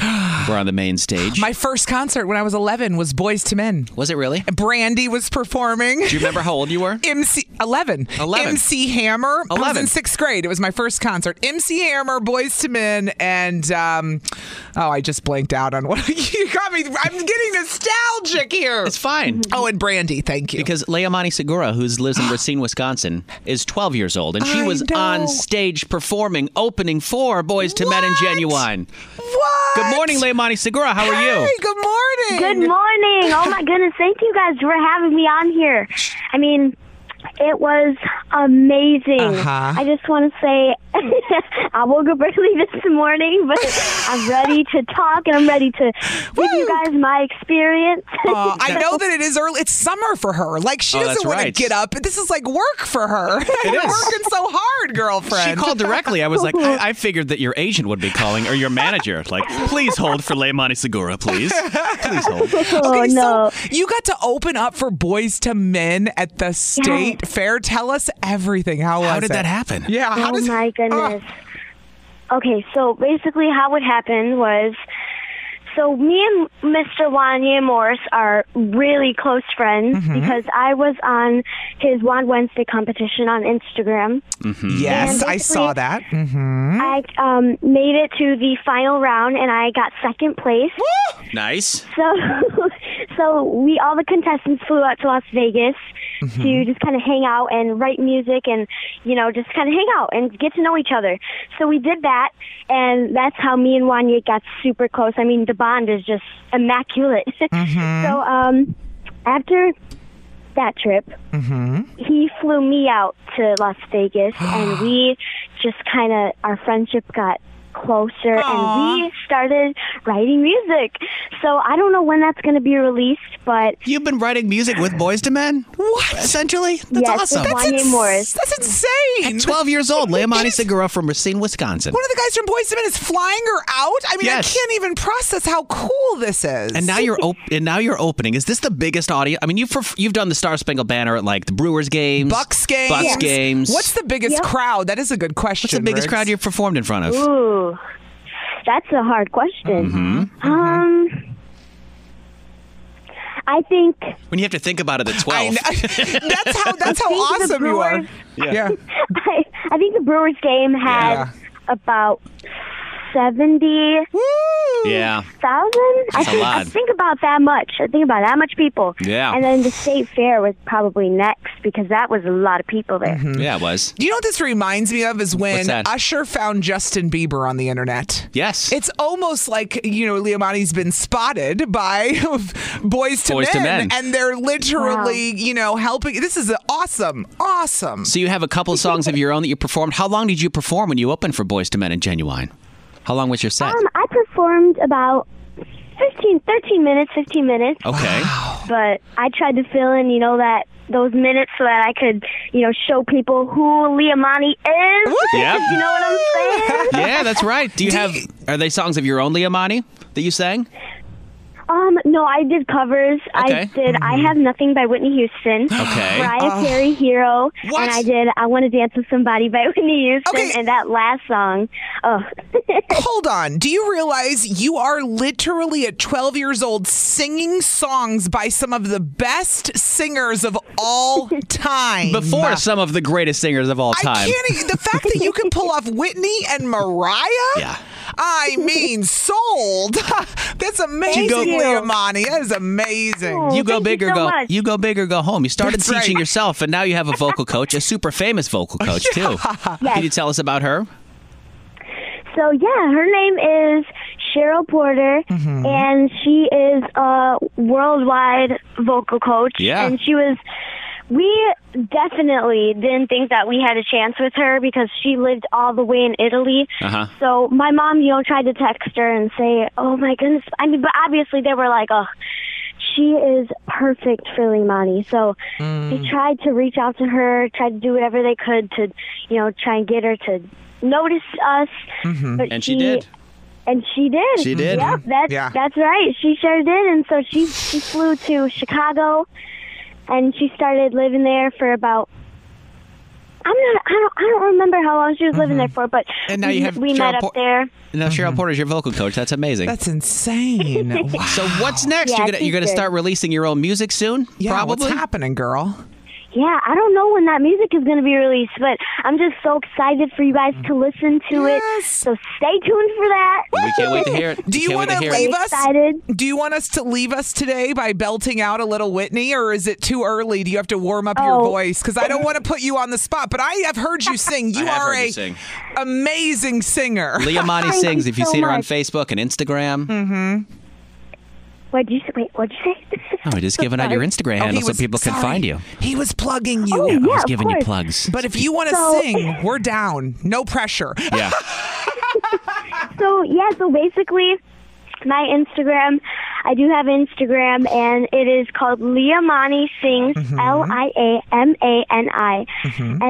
[SPEAKER 3] were on the main stage.
[SPEAKER 2] My first concert when I was 11 was Boys to Men.
[SPEAKER 3] Was it really?
[SPEAKER 2] Brandy was performing.
[SPEAKER 3] Do you remember how old you were?
[SPEAKER 2] MC 11.
[SPEAKER 3] 11.
[SPEAKER 2] MC Hammer. I was
[SPEAKER 3] 11.
[SPEAKER 2] in sixth grade. It was my first concert. MC Hammer, Boys to Men, and um, oh, I just blanked out on what you got me. I'm getting nostalgic here. It's
[SPEAKER 3] fine.
[SPEAKER 2] Oh, and Brandy, thank you.
[SPEAKER 3] Because Leomani Segura, who lives in Racine, Wisconsin, is 12 years old, and she
[SPEAKER 2] I
[SPEAKER 3] was
[SPEAKER 2] know.
[SPEAKER 3] on stage performing, opening for Boys to Men and Genuine.
[SPEAKER 2] What?
[SPEAKER 3] Good morning, Leomani Segura. How are you?
[SPEAKER 2] Hey, good morning.
[SPEAKER 7] Good morning. Oh my goodness. Thank you guys for having me on here. I mean, it was amazing.
[SPEAKER 2] Uh-huh.
[SPEAKER 7] I just want to say I woke up early this morning, but I'm ready to talk and I'm ready to give you guys my experience.
[SPEAKER 2] Uh, I know that it is early. It's summer for her. Like she
[SPEAKER 7] Oh,
[SPEAKER 2] doesn't
[SPEAKER 3] that's
[SPEAKER 2] want to
[SPEAKER 3] right.
[SPEAKER 2] get up. This is like work for her. You're
[SPEAKER 3] is.
[SPEAKER 2] working so hard, girlfriend.
[SPEAKER 3] She called directly. I was like, I, I figured that your agent would be calling or your manager. Like, please hold for Leimani Segura, please. Please hold.
[SPEAKER 7] Oh,
[SPEAKER 2] okay, so you got to open up for Boys to Men at the state fair. Tell us everything. How, was
[SPEAKER 7] did
[SPEAKER 2] it?
[SPEAKER 7] that happen?
[SPEAKER 2] Yeah. How
[SPEAKER 7] oh
[SPEAKER 2] does
[SPEAKER 3] Ah.
[SPEAKER 7] my goodness. Okay, so basically, how what happened was, so me and Mr. Wanye Morris are really close friends
[SPEAKER 8] Mhm.
[SPEAKER 7] because I was on his Wand Wednesday competition on Instagram.
[SPEAKER 3] Hmm.
[SPEAKER 2] Yes,
[SPEAKER 7] And
[SPEAKER 2] I
[SPEAKER 7] basically-
[SPEAKER 2] saw that. Mm-hmm.
[SPEAKER 7] I um, made it to the final round and I got second place.
[SPEAKER 3] Nice.
[SPEAKER 7] So, so we all the contestants flew out to Las Vegas
[SPEAKER 3] Mm-hmm.
[SPEAKER 7] to just kind of hang out and write music and you know just kind of hang out and get to know each other. So we did that, and that's how me and Wanya got super close. I mean, the bond is just immaculate.
[SPEAKER 3] Mm-hmm.
[SPEAKER 7] so um, after that trip,
[SPEAKER 3] Mm-hmm.
[SPEAKER 7] he flew me out to Las Vegas, and we just kind of our friendship got closer, and we started writing music. So I don't know when that's going to be released, but
[SPEAKER 3] You've been writing music with Boys to Men?
[SPEAKER 2] What?
[SPEAKER 3] Essentially? That's
[SPEAKER 7] yes,
[SPEAKER 3] awesome.
[SPEAKER 7] With Wanye Morris.
[SPEAKER 2] That's insane.
[SPEAKER 3] At 12 years old, Leimani Segura from Racine, Wisconsin.
[SPEAKER 2] One of the guys from Boys to Men is flying her out. I mean, I
[SPEAKER 3] Yes.
[SPEAKER 2] can't even process how cool this is.
[SPEAKER 3] And now you're op- and now you're opening. Is this the biggest audience? I mean, you've perf- you've done the Star Spangled Banner at like the Brewers games,
[SPEAKER 2] Bucks games.
[SPEAKER 3] Bucks games.
[SPEAKER 2] What's the biggest crowd? That is a good question.
[SPEAKER 3] What's the biggest
[SPEAKER 2] Riggs.
[SPEAKER 3] crowd you've performed in front of?
[SPEAKER 7] Ooh, that's a hard question.
[SPEAKER 3] Mhm.
[SPEAKER 7] Um, I think
[SPEAKER 3] When you have to think about it at 12.
[SPEAKER 2] that's how that's how
[SPEAKER 7] I think the
[SPEAKER 2] awesome you are.
[SPEAKER 7] Brewers-
[SPEAKER 3] Yeah.
[SPEAKER 7] I, I think the Brewers game had
[SPEAKER 3] Yeah.
[SPEAKER 7] about seventy
[SPEAKER 3] Yeah.
[SPEAKER 7] thousand. I
[SPEAKER 3] That's a
[SPEAKER 7] think I
[SPEAKER 3] lot.
[SPEAKER 7] think about that much. I think about that much people.
[SPEAKER 3] Yeah.
[SPEAKER 7] And then the state fair was probably next because that was a lot of people there.
[SPEAKER 3] Mm-hmm. Yeah, it was.
[SPEAKER 2] You know what this reminds me of is when
[SPEAKER 3] What's that?
[SPEAKER 2] Usher found Justin Bieber on the internet.
[SPEAKER 3] Yes.
[SPEAKER 2] It's almost like, you know, Leomani's been spotted by boys to,
[SPEAKER 3] Boys
[SPEAKER 2] men,
[SPEAKER 3] to Men.
[SPEAKER 2] and they're literally, you know, helping. This is awesome. Awesome.
[SPEAKER 3] So you have a couple songs of your own that you performed. How long did you perform when you opened for Boys to Men and Genuine? How long was your set?
[SPEAKER 7] Um, I performed about 15, 13 minutes, 15 minutes.
[SPEAKER 3] okay.
[SPEAKER 7] But I tried to fill in, you know, that those minutes so that I could, you know, show people who Leomani is.
[SPEAKER 3] Yep.
[SPEAKER 7] You know what I'm saying?
[SPEAKER 3] yeah, that's right. Do you have are they songs of your own, Leomani, that you sang?
[SPEAKER 7] Um, no, I did covers. I
[SPEAKER 3] Okay.
[SPEAKER 7] did I Have Nothing by Whitney Houston.
[SPEAKER 3] Okay.
[SPEAKER 7] Mariah
[SPEAKER 3] Mm-hmm. Oh.
[SPEAKER 7] Carey Hero.
[SPEAKER 3] What?
[SPEAKER 7] And I did I Wanna Dance with Somebody by Whitney Houston and that last song. Oh
[SPEAKER 2] Hold on. Do you realize you are literally at 12 years old singing songs by some of the best singers of all time?
[SPEAKER 3] Before some of the greatest singers of all time.
[SPEAKER 2] Can't e- the fact that you can pull off Whitney and Mariah?
[SPEAKER 3] Yeah.
[SPEAKER 2] I mean, sold. That's amazing,
[SPEAKER 3] go- Oh.
[SPEAKER 2] Leomani. That is amazing.
[SPEAKER 3] you go big or go you go big or go home. You started
[SPEAKER 2] That's
[SPEAKER 3] teaching
[SPEAKER 2] right.
[SPEAKER 3] yourself and now you have a vocal coach, a super famous vocal coach too. Can you tell us about her?
[SPEAKER 7] So yeah, her name is Cheryl Porter,
[SPEAKER 2] Mm-hmm.
[SPEAKER 7] and she is a worldwide vocal coach.
[SPEAKER 8] Yeah.
[SPEAKER 7] and she was. We definitely didn't think that we had a chance with her because she lived all the way in Italy.
[SPEAKER 8] Uh-huh.
[SPEAKER 7] So my mom, you know, tried to text her and say, "Oh my goodness!" I mean, but obviously they were like, "Oh, she is perfect for Limani." So
[SPEAKER 8] Mm.
[SPEAKER 7] they tried to reach out to her, tried to do whatever they could to, you know, try and get her to notice us.
[SPEAKER 8] Mhm.
[SPEAKER 7] But
[SPEAKER 8] And she did.
[SPEAKER 7] And she did.
[SPEAKER 8] She did. Mm-hmm.
[SPEAKER 7] Yep, that's
[SPEAKER 8] Yeah.
[SPEAKER 7] that's right. She sure did. And so she she flew to Chicago, and she started living there for about. I'm not. I don't. I don't remember how long she was living
[SPEAKER 8] Mm-hmm.
[SPEAKER 7] there for, but
[SPEAKER 3] And now
[SPEAKER 7] we,
[SPEAKER 3] you have
[SPEAKER 7] we
[SPEAKER 3] Cheryl
[SPEAKER 7] met up
[SPEAKER 3] Por-
[SPEAKER 7] there.
[SPEAKER 3] Now Cheryl Porter's your vocal coach. That's amazing.
[SPEAKER 2] That's insane.
[SPEAKER 3] So what's next?
[SPEAKER 7] Yeah,
[SPEAKER 3] you're gonna
[SPEAKER 7] she's
[SPEAKER 3] you're gonna
[SPEAKER 7] good.
[SPEAKER 3] start releasing your own music soon?
[SPEAKER 7] Yeah, what's
[SPEAKER 3] probably.
[SPEAKER 2] happening, girl?
[SPEAKER 7] Yeah, I don't know when that music is going to be released, but I'm just so excited for you guys to listen to it. So stay tuned for that.
[SPEAKER 3] We can't wait to hear it.
[SPEAKER 2] Do
[SPEAKER 3] We
[SPEAKER 2] you
[SPEAKER 3] can't wait
[SPEAKER 2] want to
[SPEAKER 3] to hear it.
[SPEAKER 2] leave
[SPEAKER 3] I'm
[SPEAKER 2] us? Do you want us to leave us today by belting out a little Whitney, or is it too early? Do you have to warm up
[SPEAKER 3] Oh.
[SPEAKER 2] your voice? Because I don't want to put you on the spot, but I have heard you sing.
[SPEAKER 3] I
[SPEAKER 2] You
[SPEAKER 3] have
[SPEAKER 2] are
[SPEAKER 3] heard
[SPEAKER 2] a
[SPEAKER 3] you sing.
[SPEAKER 2] amazing singer.
[SPEAKER 3] Leah Monty
[SPEAKER 2] Thank
[SPEAKER 3] sings.
[SPEAKER 2] you
[SPEAKER 3] If you've
[SPEAKER 2] so
[SPEAKER 3] seen her on
[SPEAKER 2] much.
[SPEAKER 3] Facebook and Instagram,
[SPEAKER 2] Mm-hmm.
[SPEAKER 3] What'd you say? Wait, what'd you say?
[SPEAKER 9] Oh, just giving out your Instagram
[SPEAKER 2] Oh, he
[SPEAKER 9] handle so
[SPEAKER 2] was-
[SPEAKER 9] people can
[SPEAKER 2] sorry.
[SPEAKER 9] find you.
[SPEAKER 2] He was plugging you.
[SPEAKER 9] Oh, Yeah, I yeah, was of giving you course. plugs.
[SPEAKER 2] But if you want to
[SPEAKER 3] So-
[SPEAKER 2] sing, we're down. No pressure.
[SPEAKER 9] Yeah.
[SPEAKER 3] so yeah, so basically, my Instagram, I do have Instagram, and it is called Liamani Sings.
[SPEAKER 9] Mm-hmm.
[SPEAKER 3] L I A M A N I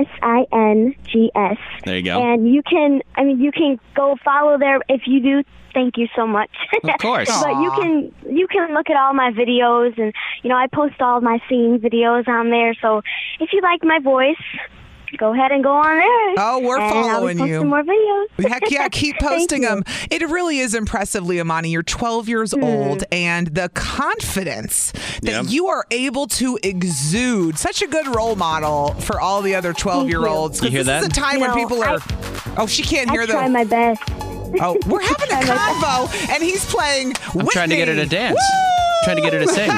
[SPEAKER 3] S I N G S.
[SPEAKER 9] There you go.
[SPEAKER 3] And you can, I mean, you can go follow there if you do. Thank you so much.
[SPEAKER 9] Of course.
[SPEAKER 3] but you
[SPEAKER 9] Aw.
[SPEAKER 3] can you can look at all my videos, and you know I post all my singing videos on there. So if you like my voice. Go ahead and go on there.
[SPEAKER 2] Oh, we're
[SPEAKER 3] and I'll be
[SPEAKER 2] following you.
[SPEAKER 3] posting More videos.
[SPEAKER 2] Heck yeah, keep
[SPEAKER 3] Thank
[SPEAKER 2] posting
[SPEAKER 3] you. Hmm.
[SPEAKER 2] them. It really is impressive, Liamani. You're 12 years old, and the confidence that
[SPEAKER 9] Yeah.
[SPEAKER 2] you are able to exude such a good role model for all the other 12 year olds.
[SPEAKER 9] You hear
[SPEAKER 2] this is
[SPEAKER 9] that?
[SPEAKER 2] a time when
[SPEAKER 3] No,
[SPEAKER 2] people are. oh, she can't hear
[SPEAKER 3] I
[SPEAKER 2] the.
[SPEAKER 3] try my best.
[SPEAKER 2] Oh, we're having a convo, and he's playing.
[SPEAKER 9] I'm
[SPEAKER 2] with
[SPEAKER 9] trying to get her
[SPEAKER 2] me.
[SPEAKER 9] to dance. Trying to get her to sing.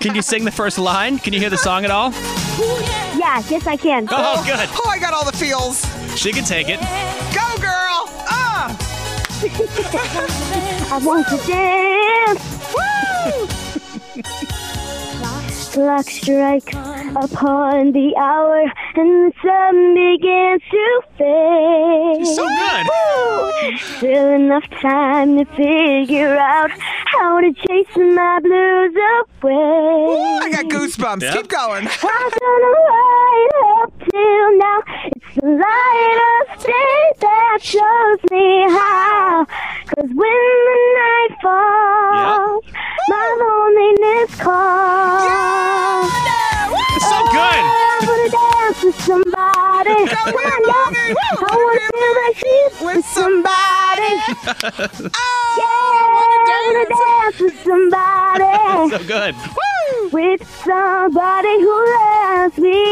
[SPEAKER 9] Can you sing the first line? Can you hear the song at all?
[SPEAKER 3] Yeah, yes I can.
[SPEAKER 9] Oh, good.
[SPEAKER 2] Oh, I got all the feels.
[SPEAKER 9] She can take it.
[SPEAKER 2] Go, girl. Ah.
[SPEAKER 3] I want to dance. Clock strikes upon the hour, and the sun begins to fade.
[SPEAKER 9] So good.
[SPEAKER 3] Woo! Still enough time to figure out how to chase my blues away.
[SPEAKER 2] I got goosebumps.
[SPEAKER 9] Yeah.
[SPEAKER 2] Keep going.
[SPEAKER 3] I'm gonna light up till now. It's the light of day that shows me how. Cause when the night falls, my loneliness calls. Oh,
[SPEAKER 9] It's so good.
[SPEAKER 3] I wanna dance with somebody. I know. I wanna feel like she's with somebody.
[SPEAKER 9] Oh,
[SPEAKER 3] yeah, I wanna dance with somebody
[SPEAKER 9] So good.
[SPEAKER 3] with somebody who loves me.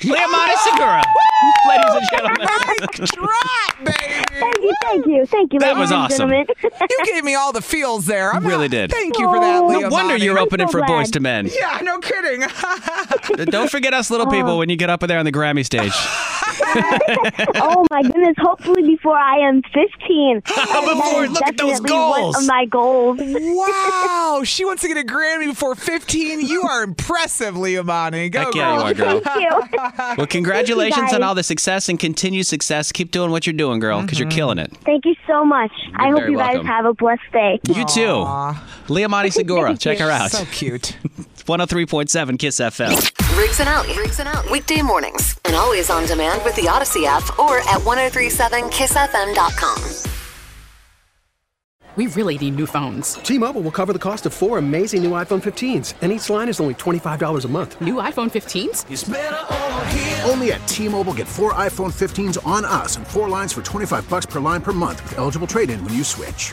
[SPEAKER 9] Leomani Segura. Ladies and gentlemen.
[SPEAKER 2] Drop, baby.
[SPEAKER 3] Thank you, thank you, thank you.
[SPEAKER 9] That
[SPEAKER 3] ladies
[SPEAKER 9] was
[SPEAKER 3] and
[SPEAKER 9] awesome.
[SPEAKER 3] gentlemen.
[SPEAKER 2] You gave me all the feels there. I'm
[SPEAKER 9] Really
[SPEAKER 2] not-
[SPEAKER 9] did.
[SPEAKER 2] Thank you for that,
[SPEAKER 3] No
[SPEAKER 2] Liamani.
[SPEAKER 9] No wonder you're opening
[SPEAKER 3] Oh, so
[SPEAKER 9] for
[SPEAKER 3] glad.
[SPEAKER 9] Boys to Men.
[SPEAKER 2] Yeah, no kidding.
[SPEAKER 9] Don't forget us little people when you get up there on the Grammy stage.
[SPEAKER 3] oh my goodness! Hopefully, before I am 15.
[SPEAKER 9] Before-
[SPEAKER 3] That is
[SPEAKER 9] look at those
[SPEAKER 3] definitely One
[SPEAKER 9] goals.
[SPEAKER 3] of my goals.
[SPEAKER 2] wow, she wants to get a Grammy before 15. You are impressive, Leomani. Go,
[SPEAKER 9] Heck yeah, you
[SPEAKER 2] girl.
[SPEAKER 9] are, girl.
[SPEAKER 3] Thank you.
[SPEAKER 9] Well, congratulations
[SPEAKER 3] guys.
[SPEAKER 9] on all the success and continued success. Keep doing what you're doing, girl, because you're killing it.
[SPEAKER 3] Thank you so much. I hope
[SPEAKER 9] very
[SPEAKER 3] you guys
[SPEAKER 9] welcome.
[SPEAKER 3] have a blessed day.
[SPEAKER 9] You too. Leomani Segura. Check her out.
[SPEAKER 2] So cute.
[SPEAKER 9] 103.7 Kiss FM.
[SPEAKER 10] Riggs and Out. Riggs and Out. Weekday mornings and always on demand with the Odyssey app or at 1037kissfm.com.
[SPEAKER 4] We really need new phones.
[SPEAKER 11] T-Mobile will cover the cost of four amazing new iPhone 15s, and each line is only $25 a month.
[SPEAKER 4] New iPhone 15s?
[SPEAKER 12] Only at T-Mobile, get four iPhone 15s on us and four lines for 25 bucks per line per month with eligible trade-in when you switch.